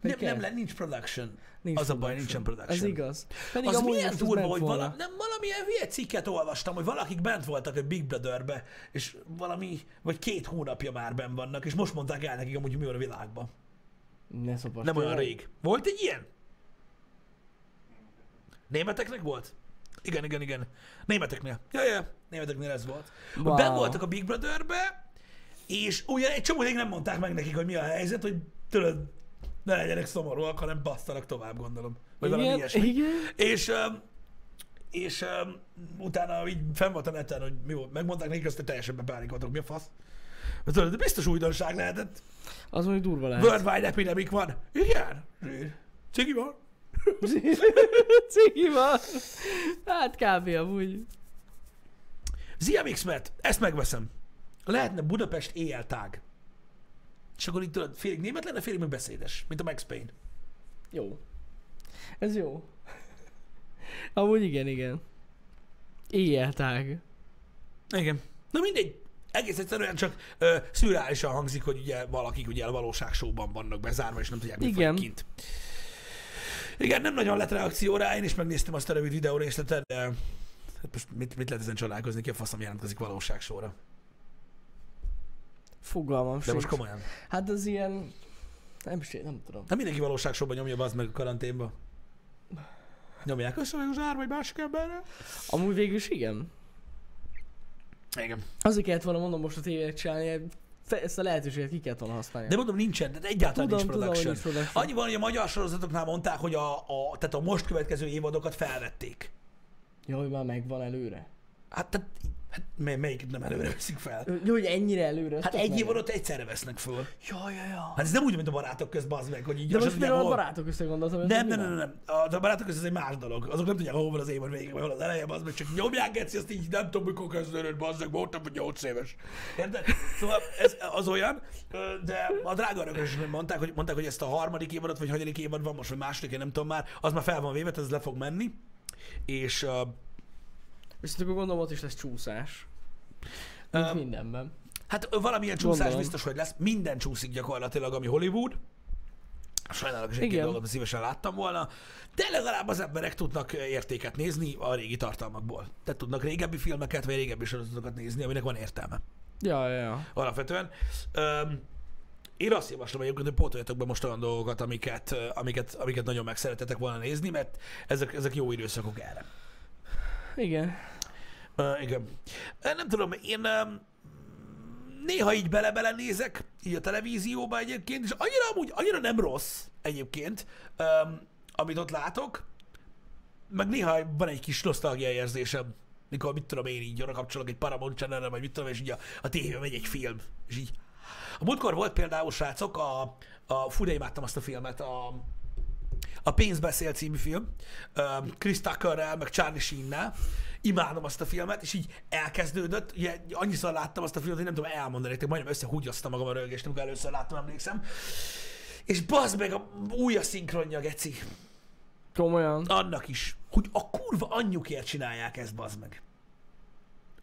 Speaker 2: Vagy kell?
Speaker 1: nem, le- nincs production.
Speaker 2: Nincs
Speaker 1: az a baj,
Speaker 2: production.
Speaker 1: nincsen production.
Speaker 2: Ez igaz. Pedig
Speaker 1: Hát Az
Speaker 2: amúgy
Speaker 1: milyen
Speaker 2: most ez
Speaker 1: durva,
Speaker 2: ment
Speaker 1: hogy
Speaker 2: volna.
Speaker 1: vala, nem, valamilyen hülye cikket olvastam, hogy valakik bent voltak egy Big Brotherbe, és valami, vagy két hónapja már ben vannak, és most mondták el nekik amúgy, hogy mi van a világban.
Speaker 2: Ne szopass.
Speaker 1: Nem olyan
Speaker 2: tényleg.
Speaker 1: rég. Volt egy ilyen? Németeknek volt? Igen, igen, igen. Németeknél. Ja, ja, németeknél ez volt. Wow.
Speaker 2: Wow.
Speaker 1: Ben voltak a Big Brotherbe, és ugyan egy csomó ideig nem mondták meg nekik, hogy mi a helyzet, hogy tőled ne legyenek szomorúak, hanem basztanak tovább, gondolom. Vagy valami
Speaker 2: Igen,
Speaker 1: ilyesmi.
Speaker 2: igen.
Speaker 1: És, öm, és öm, utána így fenn volt a neten, hogy mi volt, megmondták nekik azt, hogy teljesen bepánikoltak, mi a fasz. Mert tudod, De biztos újdonság lehetett.
Speaker 2: Az mondjuk durva lehet.
Speaker 1: Worldwide epidemic van. Igen. Cigi van.
Speaker 2: Ciki van. Hát kb. amúgy.
Speaker 1: ZMX mert ezt megveszem. Lehetne Budapest éjjel tág. És akkor így tudod, félig német lenne, félig meg beszédes, mint a Max Payne.
Speaker 2: Jó. Ez jó. Amúgy igen, igen. Éjjeltág.
Speaker 1: Igen. Na mindegy, egész egyszerűen csak ö, szürreálisan hangzik, hogy ugye valakik ugye a valóságsóban vannak bezárva, és nem tudják, mi
Speaker 2: Igen.
Speaker 1: folyik kint. Igen, nem nagyon lett reakció rá, én is megnéztem azt a rövid videó részletet, de hát most mit, mit lehet ezen csodálkozni, ki a faszom jelentkezik valóságsóra.
Speaker 2: Fogalmam
Speaker 1: De
Speaker 2: sincs.
Speaker 1: most komolyan.
Speaker 2: Hát az ilyen... Nem, sé- nem tudom.
Speaker 1: Nem mindenki valóságsóban nyomja az meg a karanténba. Nyomják össze, vagy az ár, vagy másik emberre.
Speaker 2: Amúgy végül is igen.
Speaker 1: Igen.
Speaker 2: Azért kellett volna mondom most a tévének csinálni, fe- ezt a lehetőséget ki kellett volna használni.
Speaker 1: De mondom, nincsen, de egyáltalán
Speaker 2: tudom,
Speaker 1: nincs
Speaker 2: tudom, hogy
Speaker 1: production.
Speaker 2: nincs production.
Speaker 1: Annyi van, hogy a magyar sorozatoknál mondták, hogy a, a, tehát a most következő évadokat felvették.
Speaker 2: Jó, hogy már megvan előre.
Speaker 1: Hát, tehát, hát mely, melyiket nem előre veszik fel?
Speaker 2: Jó, hogy ennyire előre.
Speaker 1: Hát egy év alatt egyszerre vesznek föl.
Speaker 2: Jaj, jaj, jaj.
Speaker 1: Hát ez nem úgy, mint a barátok köz, bazd meg, hogy így
Speaker 2: De
Speaker 1: azt
Speaker 2: most
Speaker 1: tudják,
Speaker 2: például a
Speaker 1: hol-
Speaker 2: barátok összegondoltam. hogy
Speaker 1: nem,
Speaker 2: mi
Speaker 1: nem,
Speaker 2: van.
Speaker 1: nem, nem, A, de a barátok köz ez egy más dolog. Azok nem tudják, hol van az évad vége, vagy hol az eleje, bazd meg, csak nyomják, geci, azt így nem tudom, mikor kezdődött, bazd meg, voltam, hogy 8 éves. Érted? Szóval ez az olyan, ö, de a drága örökös is mondták, hogy, mondták, hogy ezt a harmadik évadot, vagy hanyadik évad van most, vagy második, én nem tudom már, az már fel van véve, tehát ez le fog menni. És ö,
Speaker 2: Viszont akkor gondolom ott is lesz csúszás. Mint
Speaker 1: Öm,
Speaker 2: mindenben.
Speaker 1: Hát ö, valamilyen csúszás
Speaker 2: Gondolom.
Speaker 1: biztos, hogy lesz. Minden csúszik gyakorlatilag, ami Hollywood. Sajnálok, és egy
Speaker 2: Igen.
Speaker 1: dolgot szívesen láttam volna. De legalább az emberek tudnak ö, értéket nézni a régi tartalmakból. Tehát tudnak régebbi filmeket, vagy régebbi sorozatokat nézni, aminek van értelme.
Speaker 2: Ja, ja, ja.
Speaker 1: Alapvetően. Öm, én azt javaslom egyébként, hogy pótoljatok be most olyan dolgokat, amiket, ö, amiket, amiket nagyon meg szeretetek volna nézni, mert ezek, ezek jó időszakok erre.
Speaker 2: Igen.
Speaker 1: Uh, igen. Ö, Nem tudom, én um, néha így bele-bele nézek, így a televízióba egyébként, és annyira amúgy, annyira nem rossz egyébként, um, amit ott látok, meg néha van egy kis nosztalgia érzésem, mikor mit tudom én így, arra kapcsolok egy Paramount channel vagy mit tudom, és így a, a tévében megy egy film, és így. A múltkor volt például, srácok, a, a fú, de imádtam azt a filmet, a, a Pénz beszél című film, öm, Chris Tuckerrel, meg Charlie Sheennel. Imádom azt a filmet, és így elkezdődött. Ugye annyiszor láttam azt a filmet, hogy nem tudom elmondani, nektek, majdnem összehúgyoztam magam a rögést, amikor először láttam, emlékszem. És bazd meg, a új a szinkronja, geci.
Speaker 2: Komolyan.
Speaker 1: Annak is, hogy a kurva anyjukért csinálják ezt, bazd meg.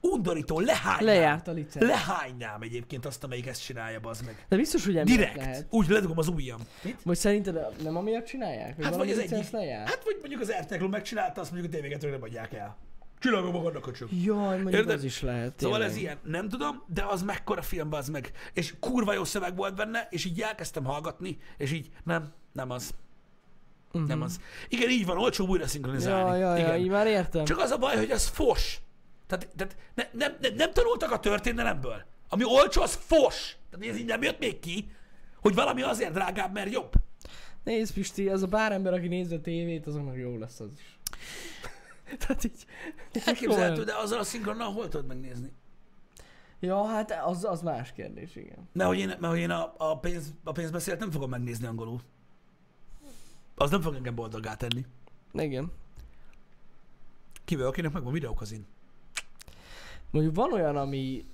Speaker 1: Undorító, lehánynám.
Speaker 2: Lejárt a licenc.
Speaker 1: Lehánynám egyébként azt, amelyik ezt csinálja, bazd meg.
Speaker 2: De biztos, hogy emiatt
Speaker 1: Direkt.
Speaker 2: lehet.
Speaker 1: Úgy ledugom az ujjam.
Speaker 2: Vagy szerinted nem amiatt csinálják? Vagy
Speaker 1: Hát vagy
Speaker 2: valami
Speaker 1: az
Speaker 2: licenc
Speaker 1: egyik.
Speaker 2: Lejár?
Speaker 1: Hát vagy mondjuk az RTL Klub megcsinálta, azt mondjuk a tévéket nem adják el. Csillagom magadnak a csöp.
Speaker 2: Hát, Jaj, mondjuk
Speaker 1: Érted?
Speaker 2: az is lehet.
Speaker 1: Szóval
Speaker 2: tényleg.
Speaker 1: ez ilyen, nem tudom, de az mekkora film az meg. És kurva jó szöveg volt benne, és így elkezdtem hallgatni, és így nem, nem az. Uh-huh. Nem az. Igen, így van, olcsóbb újra
Speaker 2: Ja,
Speaker 1: szinkronizálni.
Speaker 2: ja, ja,
Speaker 1: Igen.
Speaker 2: így már értem.
Speaker 1: Csak az a baj, hogy az fos. Tehát, tehát ne, nem, nem, nem tanultak a történelemből. Ami olcsó, az fos. Tehát ez így nem jött még ki, hogy valami azért drágább, mert jobb.
Speaker 2: Nézd Pisti, az a bár ember, aki nézi a tévét, azoknak jó lesz az is. Tehát így...
Speaker 1: Elképzelhető,
Speaker 2: komolyan.
Speaker 1: de azzal a szinkronnal hol tudod megnézni?
Speaker 2: Ja, hát az, az más kérdés, igen.
Speaker 1: Mert hogy én, mert hogy én a, a, pénz, a pénzbeszélt nem fogom megnézni angolul. Az nem fog engem boldoggá tenni.
Speaker 2: Igen.
Speaker 1: Kivéve, akinek megvan videókazin.
Speaker 2: Mondjuk van olyan, ami...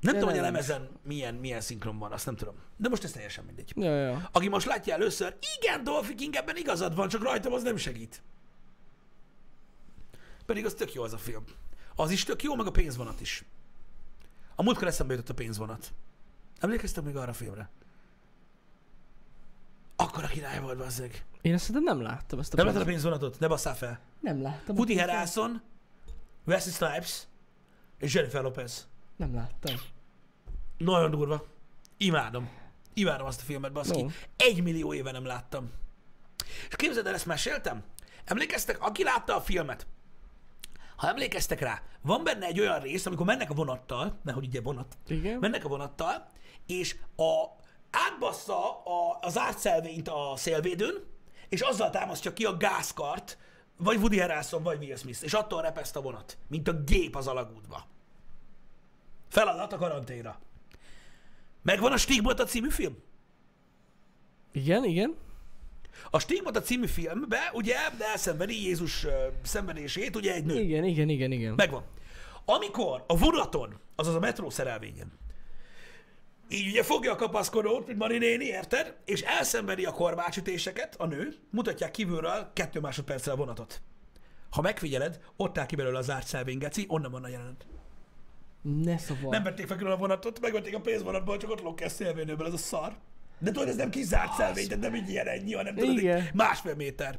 Speaker 1: Nem tudom, hogy a
Speaker 2: nem
Speaker 1: lemezen milyen, milyen szinkron van, azt nem tudom. De most ez teljesen mindegy.
Speaker 2: Ja, ja.
Speaker 1: Aki most látja először, igen, Dolphy King, ebben igazad van, csak rajtam az nem segít. Pedig az tök jó az a film. Az is tök jó, meg a pénzvonat is. A múltkor eszembe jutott a pénzvonat. Emlékeztek még arra a filmre? Akkor a király volt, bazzeg.
Speaker 2: Én ezt nem láttam, ezt a
Speaker 1: Nem láttad a
Speaker 2: pénzt.
Speaker 1: pénzvonatot? Ne basszál fel.
Speaker 2: nem láttam. a
Speaker 1: Woody
Speaker 2: pénzt.
Speaker 1: Harrelson, Wesley Snipes és Jennifer Lopez.
Speaker 2: Nem láttam.
Speaker 1: Nagyon durva. Imádom. Imádom azt a filmet, baszki.
Speaker 2: Jó.
Speaker 1: Egy millió éve nem láttam. És képzeld el, ezt meséltem? Emlékeztek, aki látta a filmet, ha emlékeztek rá, van benne egy olyan rész, amikor mennek a vonattal, mert hogy ugye vonat,
Speaker 2: Igen.
Speaker 1: mennek a vonattal, és a, átbassza a, az ártszelvényt a szélvédőn, és azzal támasztja ki a gázkart, vagy Woody Harrelson, vagy Will Smith, és attól repeszt a vonat, mint a gép az alagútba. Feladat a karanténra. Megvan a Stigmata című film?
Speaker 2: Igen, igen.
Speaker 1: A Stigmata című filmbe ugye elszenvedi Jézus ö, szenvedését, ugye egy nő.
Speaker 2: Igen, igen, igen, igen.
Speaker 1: Megvan. Amikor a vonaton, azaz a metró szerelvényen, így ugye fogja a kapaszkodót, mint Mari néni, érted? És elszenvedi a kormácsütéseket, a nő, mutatják kívülről kettő másodperccel a vonatot. Ha megfigyeled, ott áll ki belőle az zárt szelvény, geci, onnan van a jelenet.
Speaker 2: Ne szabad.
Speaker 1: Nem vették fel külön a vonatot, megvették a pénzvonatból, csak ott lókás szélvénőből ez a szar. De tudod, ez nem kizárt szelvény, de nem így ilyen ennyi, hanem tudod,
Speaker 2: Igen.
Speaker 1: így másfél méter.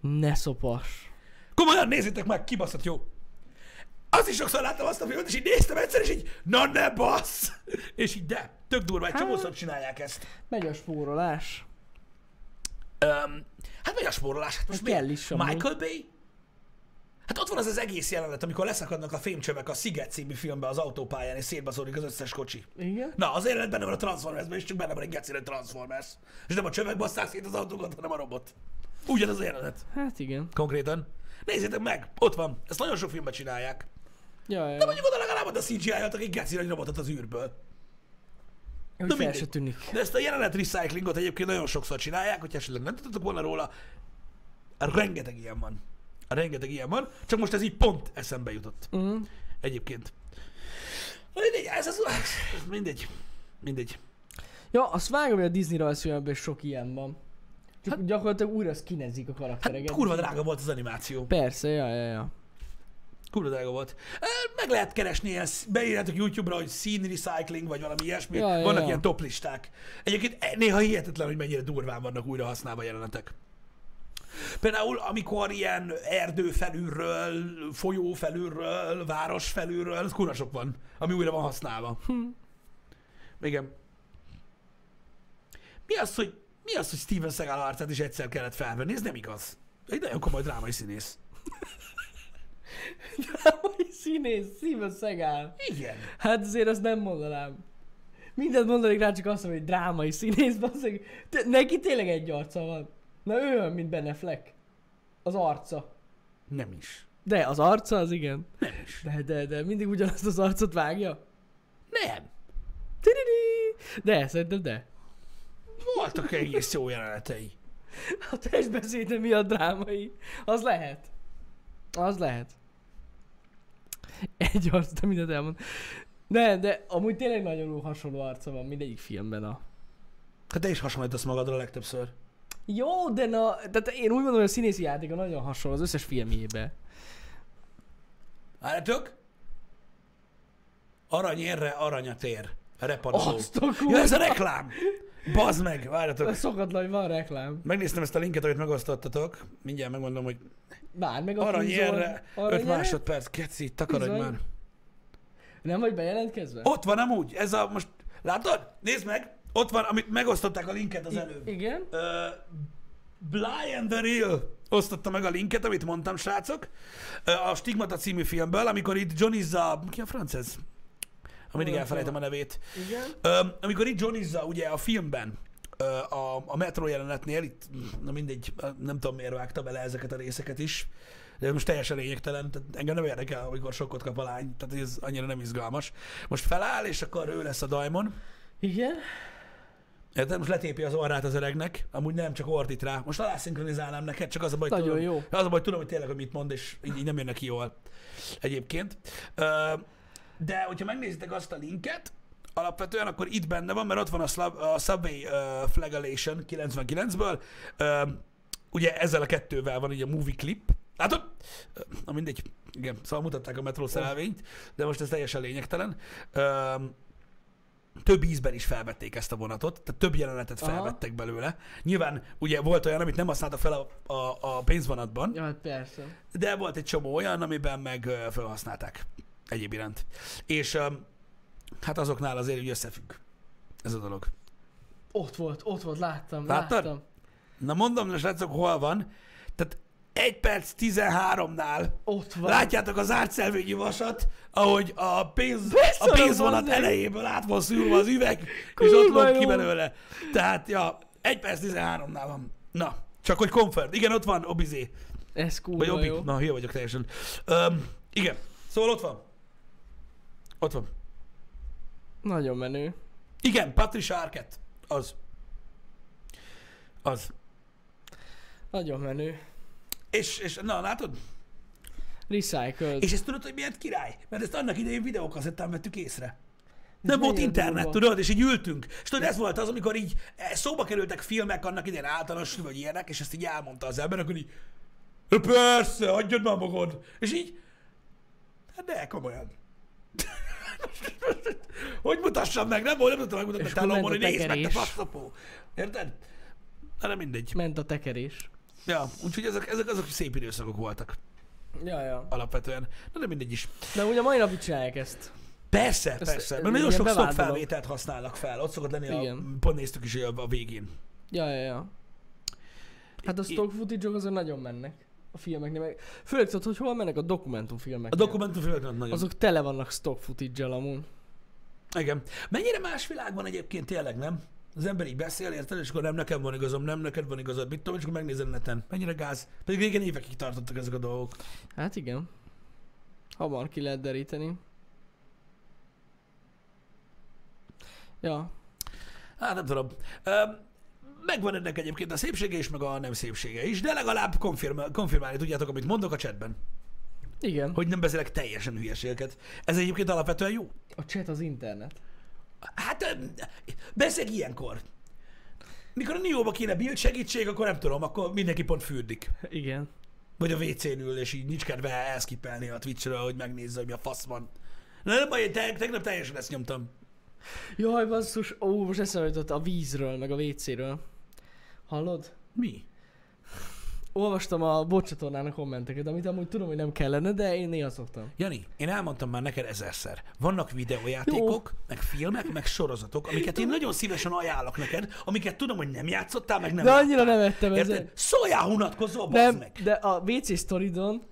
Speaker 2: Ne szopas.
Speaker 1: Komolyan nézzétek meg, kibaszott jó. Az is sokszor láttam azt a filmet, és így néztem egyszer, és így, na ne bassz! És így, de, tök durva,
Speaker 2: Hát.
Speaker 1: egy csomószor csinálják ezt.
Speaker 2: Megy a spórolás.
Speaker 1: Öm, hát megy a spórolás, hát most
Speaker 2: Hát kell is amúgy.
Speaker 1: Michael Bay? Hát ott van az az egész jelenet, amikor leszakadnak a fémcsövek a Sziget című filmben az autópályán, és szétbaszódik az összes kocsi.
Speaker 2: Igen.
Speaker 1: Na, az élet benne van a Transformersben, és csak benne van egy gecire Transformers. És nem a csövek basszák szét az autókat, hanem a robot. Ugyanaz a jelenet.
Speaker 2: Hát igen.
Speaker 1: Konkrétan. Nézzétek meg, ott van. Ezt nagyon sok filmben csinálják.
Speaker 2: Ja, ja.
Speaker 1: De mondjuk oda legalább ad a CGI-jat, aki geci nagy robotot az űrből.
Speaker 2: Hogy fel
Speaker 1: mindegy.
Speaker 2: se tűnik.
Speaker 1: De ezt a jelenet recyclingot egyébként nagyon sokszor csinálják, hogyha esetleg nem tudtatok volna róla. Rengeteg ilyen van. Rengeteg ilyen van, csak most ez így pont eszembe jutott.
Speaker 2: Mm.
Speaker 1: Egyébként. Na Mindegy, ez az... Mindegy. Mindegy. Hát
Speaker 2: Ja, azt vágom, hogy a Disney rajzfilmekben sok ilyen van. Csak hát, gyakorlatilag újra skinezik a
Speaker 1: Hát
Speaker 2: karaktereket.
Speaker 1: kurva drága volt az animáció.
Speaker 2: Persze, ja, ja, ja.
Speaker 1: Kurva drága volt. Ö, Meg lehet keresni ilyen, sz- beírjátok YouTube-ra, hogy scene recycling, vagy valami ilyesmi.
Speaker 2: Ja, ja,
Speaker 1: Vannak
Speaker 2: ja.
Speaker 1: ilyen toplisták. Egyébként e, néha hihetetlen, hogy mennyire durván vannak újra használva jelenetek. Például, amikor ilyen erdő felülről, folyó felülről, város felülről, ez kurva sok van, ami újra van használva. Hm. Igen. Mi az, hogy, mi az, hogy Steven Seagal arcát is egyszer kellett felvenni? Ez nem igaz. Egy nagyon komoly drámai színész.
Speaker 2: Hogy színész, szíve szegál.
Speaker 1: Igen.
Speaker 2: Hát azért azt nem mondanám. Mindent mondanék rá, csak azt mondom, hogy drámai színész, bazzeg. Te- Neki tényleg egy arca van. Na ő olyan, mint benne Fleck. Az arca.
Speaker 1: Nem is.
Speaker 2: De, az arca az igen.
Speaker 1: Nem is.
Speaker 2: De, de, de, mindig ugyanazt az arcot vágja.
Speaker 1: Nem.
Speaker 2: Tididi! De, szerintem de.
Speaker 1: Voltak egész jó jelenetei.
Speaker 2: A testbeszéde miatt drámai. Az lehet. Az lehet. Egy arc, de mindent elmond. De, de amúgy tényleg nagyon hasonló arca van mindegyik filmben a...
Speaker 1: Hát te is hasonlítasz magadra a legtöbbször.
Speaker 2: Jó, de na, tehát én úgy gondolom, hogy a színészi játéka nagyon hasonló az összes filmjébe.
Speaker 1: Várjátok? Arany érre, arany a tér. Repanoló.
Speaker 2: Azt a
Speaker 1: Ja, ez a
Speaker 2: kurva!
Speaker 1: reklám! Bazd meg, várjatok.
Speaker 2: Szokatlan, hogy van reklám.
Speaker 1: Megnéztem ezt a linket, amit megosztottatok. Mindjárt megmondom, hogy
Speaker 2: Bár meg a
Speaker 1: arany
Speaker 2: tűzoltó-
Speaker 1: érre,
Speaker 2: arany
Speaker 1: 5
Speaker 2: érre?
Speaker 1: másodperc, keci, takarodj
Speaker 2: Bizony.
Speaker 1: már.
Speaker 2: Nem vagy bejelentkezve?
Speaker 1: Ott van amúgy, ez a most, látod? Nézd meg, ott van, amit megosztották a linket az előbb.
Speaker 2: Igen?
Speaker 1: Ö, Blind the Real osztotta meg a linket, amit mondtam, srácok, ö, a Stigmata című filmből, amikor itt Johnnyzza, ki a franc ez? Ha mindig
Speaker 2: Olyan
Speaker 1: elfelejtem a nevét.
Speaker 2: Igen?
Speaker 1: Ö, amikor itt Johnnyzza ugye a filmben, ö, a, a metró jelenetnél, itt, na mindegy, nem tudom miért vágta bele ezeket a részeket is, de most teljesen lényegtelen, tehát engem nem érdekel, amikor sokkot kap a lány, tehát ez annyira nem izgalmas. Most feláll, és akkor ő lesz a daimon.
Speaker 2: Igen?
Speaker 1: Érted? Most letépi az orrát az öregnek, amúgy nem csak ordít rá. Most alá szinkronizálnám neked, csak az a baj,
Speaker 2: Nagyon
Speaker 1: tudom,
Speaker 2: jó.
Speaker 1: Az a baj, tudom, hogy tényleg, hogy mit mond, és így, így nem jön neki jól egyébként. Ö, De hogyha megnézitek azt a linket, alapvetően akkor itt benne van, mert ott van a, Slav, a Subway uh, Flagellation 99-ből. Ö, ugye ezzel a kettővel van így a movie clip, Látod? Na mindegy. Igen, szóval mutatták a metró szerelvényt, de most ez teljesen lényegtelen. Öm, több ízben is felvették ezt a vonatot, tehát több jelenetet
Speaker 2: Aha.
Speaker 1: felvettek belőle. Nyilván ugye volt olyan, amit nem használtak fel a, a, a pénzvonatban,
Speaker 2: Ja, hát persze.
Speaker 1: de volt egy csomó olyan, amiben meg ö, felhasználták egyéb iránt. És öm, hát azoknál azért úgy összefügg ez a dolog.
Speaker 2: Ott volt, ott volt, láttam,
Speaker 1: Láttad?
Speaker 2: láttam.
Speaker 1: Na mondom, na srácok, hol van. Tehát 1 perc 13-nál
Speaker 2: Ott van.
Speaker 1: Látjátok az átszelvényi vasat, ahogy a, pénz, a
Speaker 2: Beszarom,
Speaker 1: pénzvonat
Speaker 2: bazd meg!
Speaker 1: elejéből át van szűrve az üveg, és ott
Speaker 2: Kurva
Speaker 1: lóg ki
Speaker 2: jó.
Speaker 1: belőle. Tehát, ja, 1 perc 13-nál van. Na, csak hogy confirmed. Igen, ott van, Obizé.
Speaker 2: Ez
Speaker 1: Vagy
Speaker 2: kurva
Speaker 1: Obi.
Speaker 2: jó.
Speaker 1: Na, hülye vagyok teljesen. Öm, igen, szóval ott van. Ott van.
Speaker 2: Nagyon menő.
Speaker 1: Igen, Patricia Arquette. Az. Az.
Speaker 2: Nagyon menő.
Speaker 1: És, és na, látod?
Speaker 2: Recycled.
Speaker 1: És ezt tudod, hogy miért király? Mert ezt annak idején videókazettán vettük észre. Nem
Speaker 2: Ez
Speaker 1: volt
Speaker 2: mennyire
Speaker 1: internet,
Speaker 2: durva.
Speaker 1: tudod, és így ültünk. És tudod, ez volt az, amikor így eh, szóba kerültek filmek annak idején általános, vagy ilyenek, és ezt így elmondta az ember, akkor így, "Ö, persze, adjad már magad. És így, hát de komolyan. hogy mutassam meg, nem volt, nem tudtam megmutatni a
Speaker 2: És akkor
Speaker 1: telomon, hogy
Speaker 2: ment a
Speaker 1: nézd meg, te
Speaker 2: tekerés.
Speaker 1: faszopó. Érted? Na, nem mindegy.
Speaker 2: Ment a tekerés.
Speaker 1: Ja, úgyhogy ezek, ezek azok szép időszakok voltak
Speaker 2: Ja, ja.
Speaker 1: alapvetően. Na, de mindegy is.
Speaker 2: De ugye a mai napig csinálják ezt.
Speaker 1: Persze, Ezt, persze.
Speaker 2: ez
Speaker 1: Mert nagyon
Speaker 2: ilyen
Speaker 1: sok
Speaker 2: bevált
Speaker 1: felvételt használnak fel. Ott szokott lenni, a,
Speaker 2: Igen.
Speaker 1: pont néztük is a, a végén.
Speaker 2: Ja, ja, ja. Hát a
Speaker 1: I-
Speaker 2: stock footage azok nagyon mennek a filmeknél. Meg... Főleg tudod, hogy hol mennek a dokumentumfilmek.
Speaker 1: A dokumentumfilmek nagyon. Azok...
Speaker 2: Azok tele vannak stock footage-el amúgy.
Speaker 1: Igen. Mennyire más világ van egyébként tényleg, nem? Az ember így beszél, érted, és akkor nem nekem van igazam, nem neked van igazad, mit tudom, és akkor megnézed a neten. Mennyire gáz. Pedig régen évekig tartottak ezek a dolgok.
Speaker 2: Hát igen. Hamar ki lehet deríteni. Ja,
Speaker 1: Hát nem tudom. Öm, megvan ennek egyébként a szépsége is, meg a nem szépsége is, de legalább konfirm- konfirmálni tudjátok, amit mondok a chatben,
Speaker 2: igen.
Speaker 1: hogy nem beszélek teljesen hülyeségeket. Ez egyébként alapvetően jó.
Speaker 2: A chat az internet.
Speaker 1: Hát ö, beszeg ilyenkor. Mikor a Nióba kéne Bill segítség, akkor nem tudom, akkor mindenki pont fürdik.
Speaker 2: Igen.
Speaker 1: Vagy a WC-n ül, és így nincs kedve elszkipelni a Twitch-ről, hogy megnézze, hogy mi a fasz van. Na nem baj, én te, tegnap teljesen ezt nyomtam.
Speaker 2: Jaj, basszus, ó, most eszembe jutott a vízről, meg a WC-ről. Hallod?
Speaker 1: Mi?
Speaker 2: Olvastam a bocsatornán a kommenteket, amit amúgy tudom, hogy nem kellene, de én néha szoktam.
Speaker 1: Jani, én elmondtam már neked ezerszer. Vannak videójátékok, Jó. meg filmek, meg sorozatok, amiket én nagyon szívesen ajánlok neked, amiket tudom, hogy nem játszottál, meg nem
Speaker 2: De annyira
Speaker 1: láttál.
Speaker 2: nevettem ezen.
Speaker 1: Érted? Szóljál unatkozó, bazd
Speaker 2: Nem,
Speaker 1: meg!
Speaker 2: de a WC sztoridon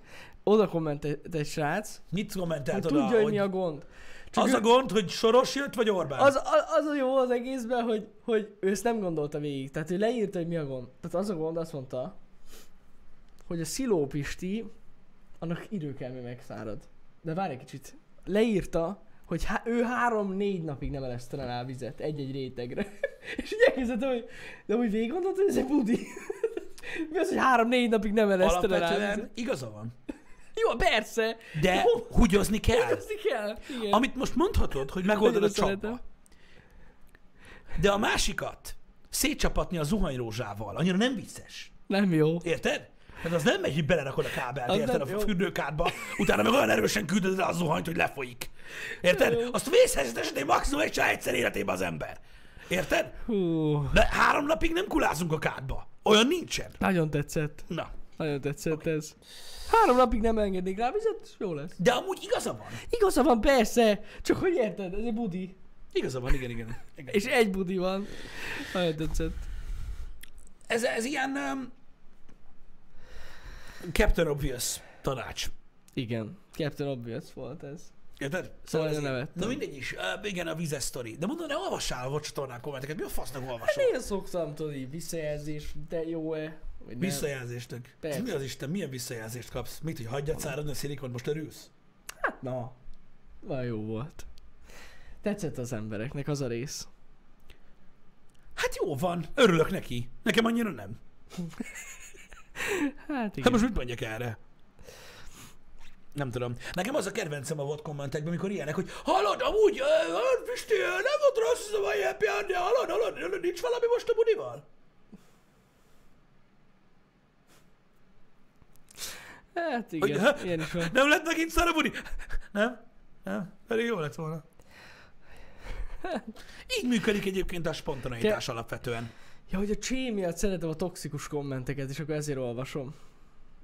Speaker 2: oda kommentelt egy srác,
Speaker 1: Mit kommentelt
Speaker 2: hogy
Speaker 1: Hát oda,
Speaker 2: Hát tudja, hogy mi
Speaker 1: hogy
Speaker 2: a gond. Csak
Speaker 1: az
Speaker 2: ő-
Speaker 1: a gond, hogy Soros jött, vagy Orbán?
Speaker 2: Az, a- az a jó az egészben, hogy, hogy ő ezt nem gondolta végig. Tehát ő leírta, hogy mi a gond. Tehát az a gond azt mondta, hogy a Sziló Pisti, annak idő kell, mi megszárad. De várj egy kicsit. Leírta, hogy há- ő három-négy napig nem eresztene rá vizet egy-egy rétegre. És így elkezdett, hogy de úgy végig gondolt, hogy ez egy budi. mi az, hogy három-négy napig nem eresztene rá vizet?
Speaker 1: Alapvetően igaza van.
Speaker 2: Jó, persze.
Speaker 1: De
Speaker 2: Jó,
Speaker 1: húgyozni kell.
Speaker 2: igazni kell. Igen.
Speaker 1: Amit most mondhatod, hogy megoldod a
Speaker 2: Nagyon
Speaker 1: csapba.
Speaker 2: szeretem.
Speaker 1: De a másikat szétcsapatni a zuhanyrózsával, annyira nem vicces.
Speaker 2: Nem jó.
Speaker 1: Érted? Hát az nem megy, hogy belerakod a kábelt,
Speaker 2: Az
Speaker 1: érted,
Speaker 2: nem
Speaker 1: a
Speaker 2: jó.
Speaker 1: fürdőkádba, utána meg olyan erősen küldöd rá a zuhanyt, hogy lefolyik. Érted? Azt vészhelyzet esetén maximum egy csaj egyszer életében az ember. Érted?
Speaker 2: Hú.
Speaker 1: De három napig nem kulázunk a kádba. Olyan nincsen.
Speaker 2: Nagyon tetszett.
Speaker 1: Na.
Speaker 2: Nagyon tetszett okay. ez. Három napig nem engedik rá vizet, és hát jó lesz.
Speaker 1: De amúgy igaza van.
Speaker 2: Igaza van, persze, csak hogy érted, ez egy budi.
Speaker 1: Igaza van, igen, igen. igen.
Speaker 2: És egy budi van. Nagyon tetszett.
Speaker 1: ez, ez ilyen um, Captain Obvious tanács.
Speaker 2: Igen. Captain Obvious volt Szóval ez.
Speaker 1: Érted? Szóval
Speaker 2: Nagyon
Speaker 1: ez-
Speaker 2: nevettem.
Speaker 1: Na mindegy is, uh, igen, a vizes sztori. De mondom, ne olvassál a csatornán kommenteket, mi a fasznak olvasol?
Speaker 2: Néha szoktam tudni, visszajelzés, de jó-e, vagy nem.
Speaker 1: Visszajelzéstek. Ez
Speaker 2: Persze.
Speaker 1: mi az Isten, milyen visszajelzést kapsz? Mit, hogy hagyjad száradni a szilikon, most örülsz?
Speaker 2: Hát na. Nagyon jó volt. Tetszett az embereknek az a rész.
Speaker 1: Hát jó van, örülök neki. Nekem annyira nem. Igen.
Speaker 2: Hát igen.
Speaker 1: Hát most mit mondjak erre? Nem tudom. Nekem az a kedvencem a volt kommentekben, amikor ilyenek, hogy hallod, amúgy, ö, ö, Pisti, ö, nem volt rossz ez a mai happy hour, de hallod, hallod, hallod, nincs valami most a budival?
Speaker 2: Hát
Speaker 1: Hogy-
Speaker 2: igen,
Speaker 1: ha?
Speaker 2: ilyen is van.
Speaker 1: Nem lett megint szar a buli? Nem? Nem? Pedig jó lett volna. Így működik egyébként a spontaneitás alapvetően.
Speaker 2: Ja, hogy a csé miatt szeretem a toxikus kommenteket, és akkor ezért olvasom.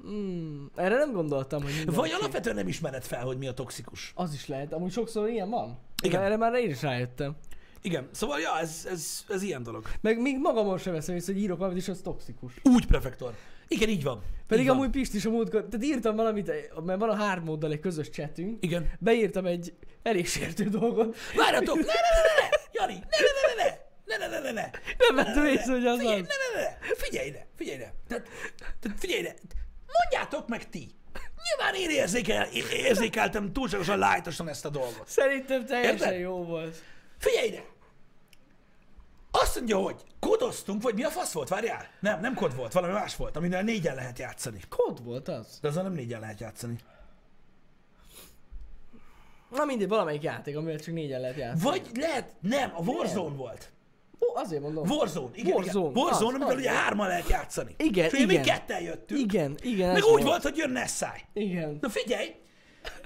Speaker 2: Mm, erre nem gondoltam, hogy minden
Speaker 1: Vagy
Speaker 2: csé.
Speaker 1: alapvetően nem ismered fel, hogy mi a toxikus.
Speaker 2: Az is lehet, amúgy sokszor ilyen van.
Speaker 1: Igen.
Speaker 2: Igen. Erre már én is rájöttem.
Speaker 1: Igen, szóval ja, ez, ez, ez ilyen dolog.
Speaker 2: Meg még magamon sem veszem észre, hogy írok valamit, és az toxikus.
Speaker 1: Úgy, prefektor. Igen, így van.
Speaker 2: Pedig
Speaker 1: így
Speaker 2: Igen.
Speaker 1: van.
Speaker 2: amúgy Pist is a múltkor, tehát írtam valamit, mert van a hármóddal egy közös csetünk,
Speaker 1: Igen.
Speaker 2: beírtam egy elég sértő dolgot,
Speaker 1: Várjatok! Ne, ne, ne, ne, ne! Jani! Ne, ne, ne, ne, ne! Ne, ne, ne, ne, ne!
Speaker 2: nem vettem észre, hogy az
Speaker 1: Figyelj,
Speaker 2: az.
Speaker 1: ne, ne, ne, ne! Figyelj ide! Figyelj ide! Tehát, tehát figyelj ide! Mondjátok meg ti! Nyilván én érzékel, én érzékeltem túlságosan lájtosan ezt a dolgot.
Speaker 2: Szerintem teljesen
Speaker 1: Érted?
Speaker 2: Érde? jó volt.
Speaker 1: Figyelj ide! Azt mondja, hogy kodoztunk, vagy mi a fasz volt? Várjál! Nem, nem kod volt, valami más volt, amivel négyen lehet játszani.
Speaker 2: Kod volt az.
Speaker 1: De azzal nem négyen lehet játszani.
Speaker 2: Na mindegy, valamelyik játék, amivel csak négyen lehet játszani.
Speaker 1: Vagy lehet, nem, a Warzone volt.
Speaker 2: Ó, azért mondom.
Speaker 1: Warzone, igen,
Speaker 2: Warzone,
Speaker 1: igen. Warzone,
Speaker 2: az,
Speaker 1: amivel
Speaker 2: az
Speaker 1: ugye
Speaker 2: volt.
Speaker 1: hárman lehet játszani.
Speaker 2: Igen,
Speaker 1: És ugye mi
Speaker 2: igen.
Speaker 1: ketten jöttünk.
Speaker 2: igen, igen.
Speaker 1: Meg
Speaker 2: ez
Speaker 1: úgy volt, hogy jön Nessai.
Speaker 2: Igen.
Speaker 1: Na figyelj,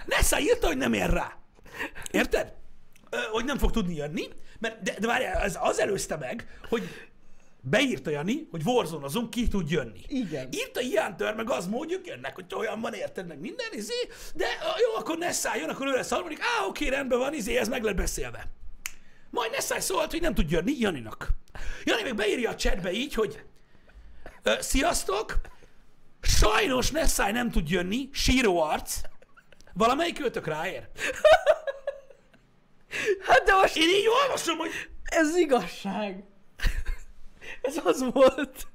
Speaker 1: Nessai írta, hogy nem ér rá. Érted? Ö, hogy nem fog tudni jönni, mert de, de várjál, ez az előzte meg, hogy beírta Jani, hogy Warzone azon ki tud jönni.
Speaker 2: Igen.
Speaker 1: Írta ilyen tör, meg az módjuk jönnek, hogy olyan van, érted, meg minden, izé, de ö, jó, akkor Nessai jön, akkor ő lesz a harmadik, á, oké, rendben van, izé, ez meg lett beszélve. Majd Nessai szólt, hogy nem tud jönni Janinak. Jani még beírja a chatbe így, hogy ö, sziasztok, sajnos Nessai nem tud jönni, síró arc, valamelyik őtök ráér.
Speaker 2: Hát de most
Speaker 1: Én így olvasom, hogy
Speaker 2: ez igazság. Ez az volt.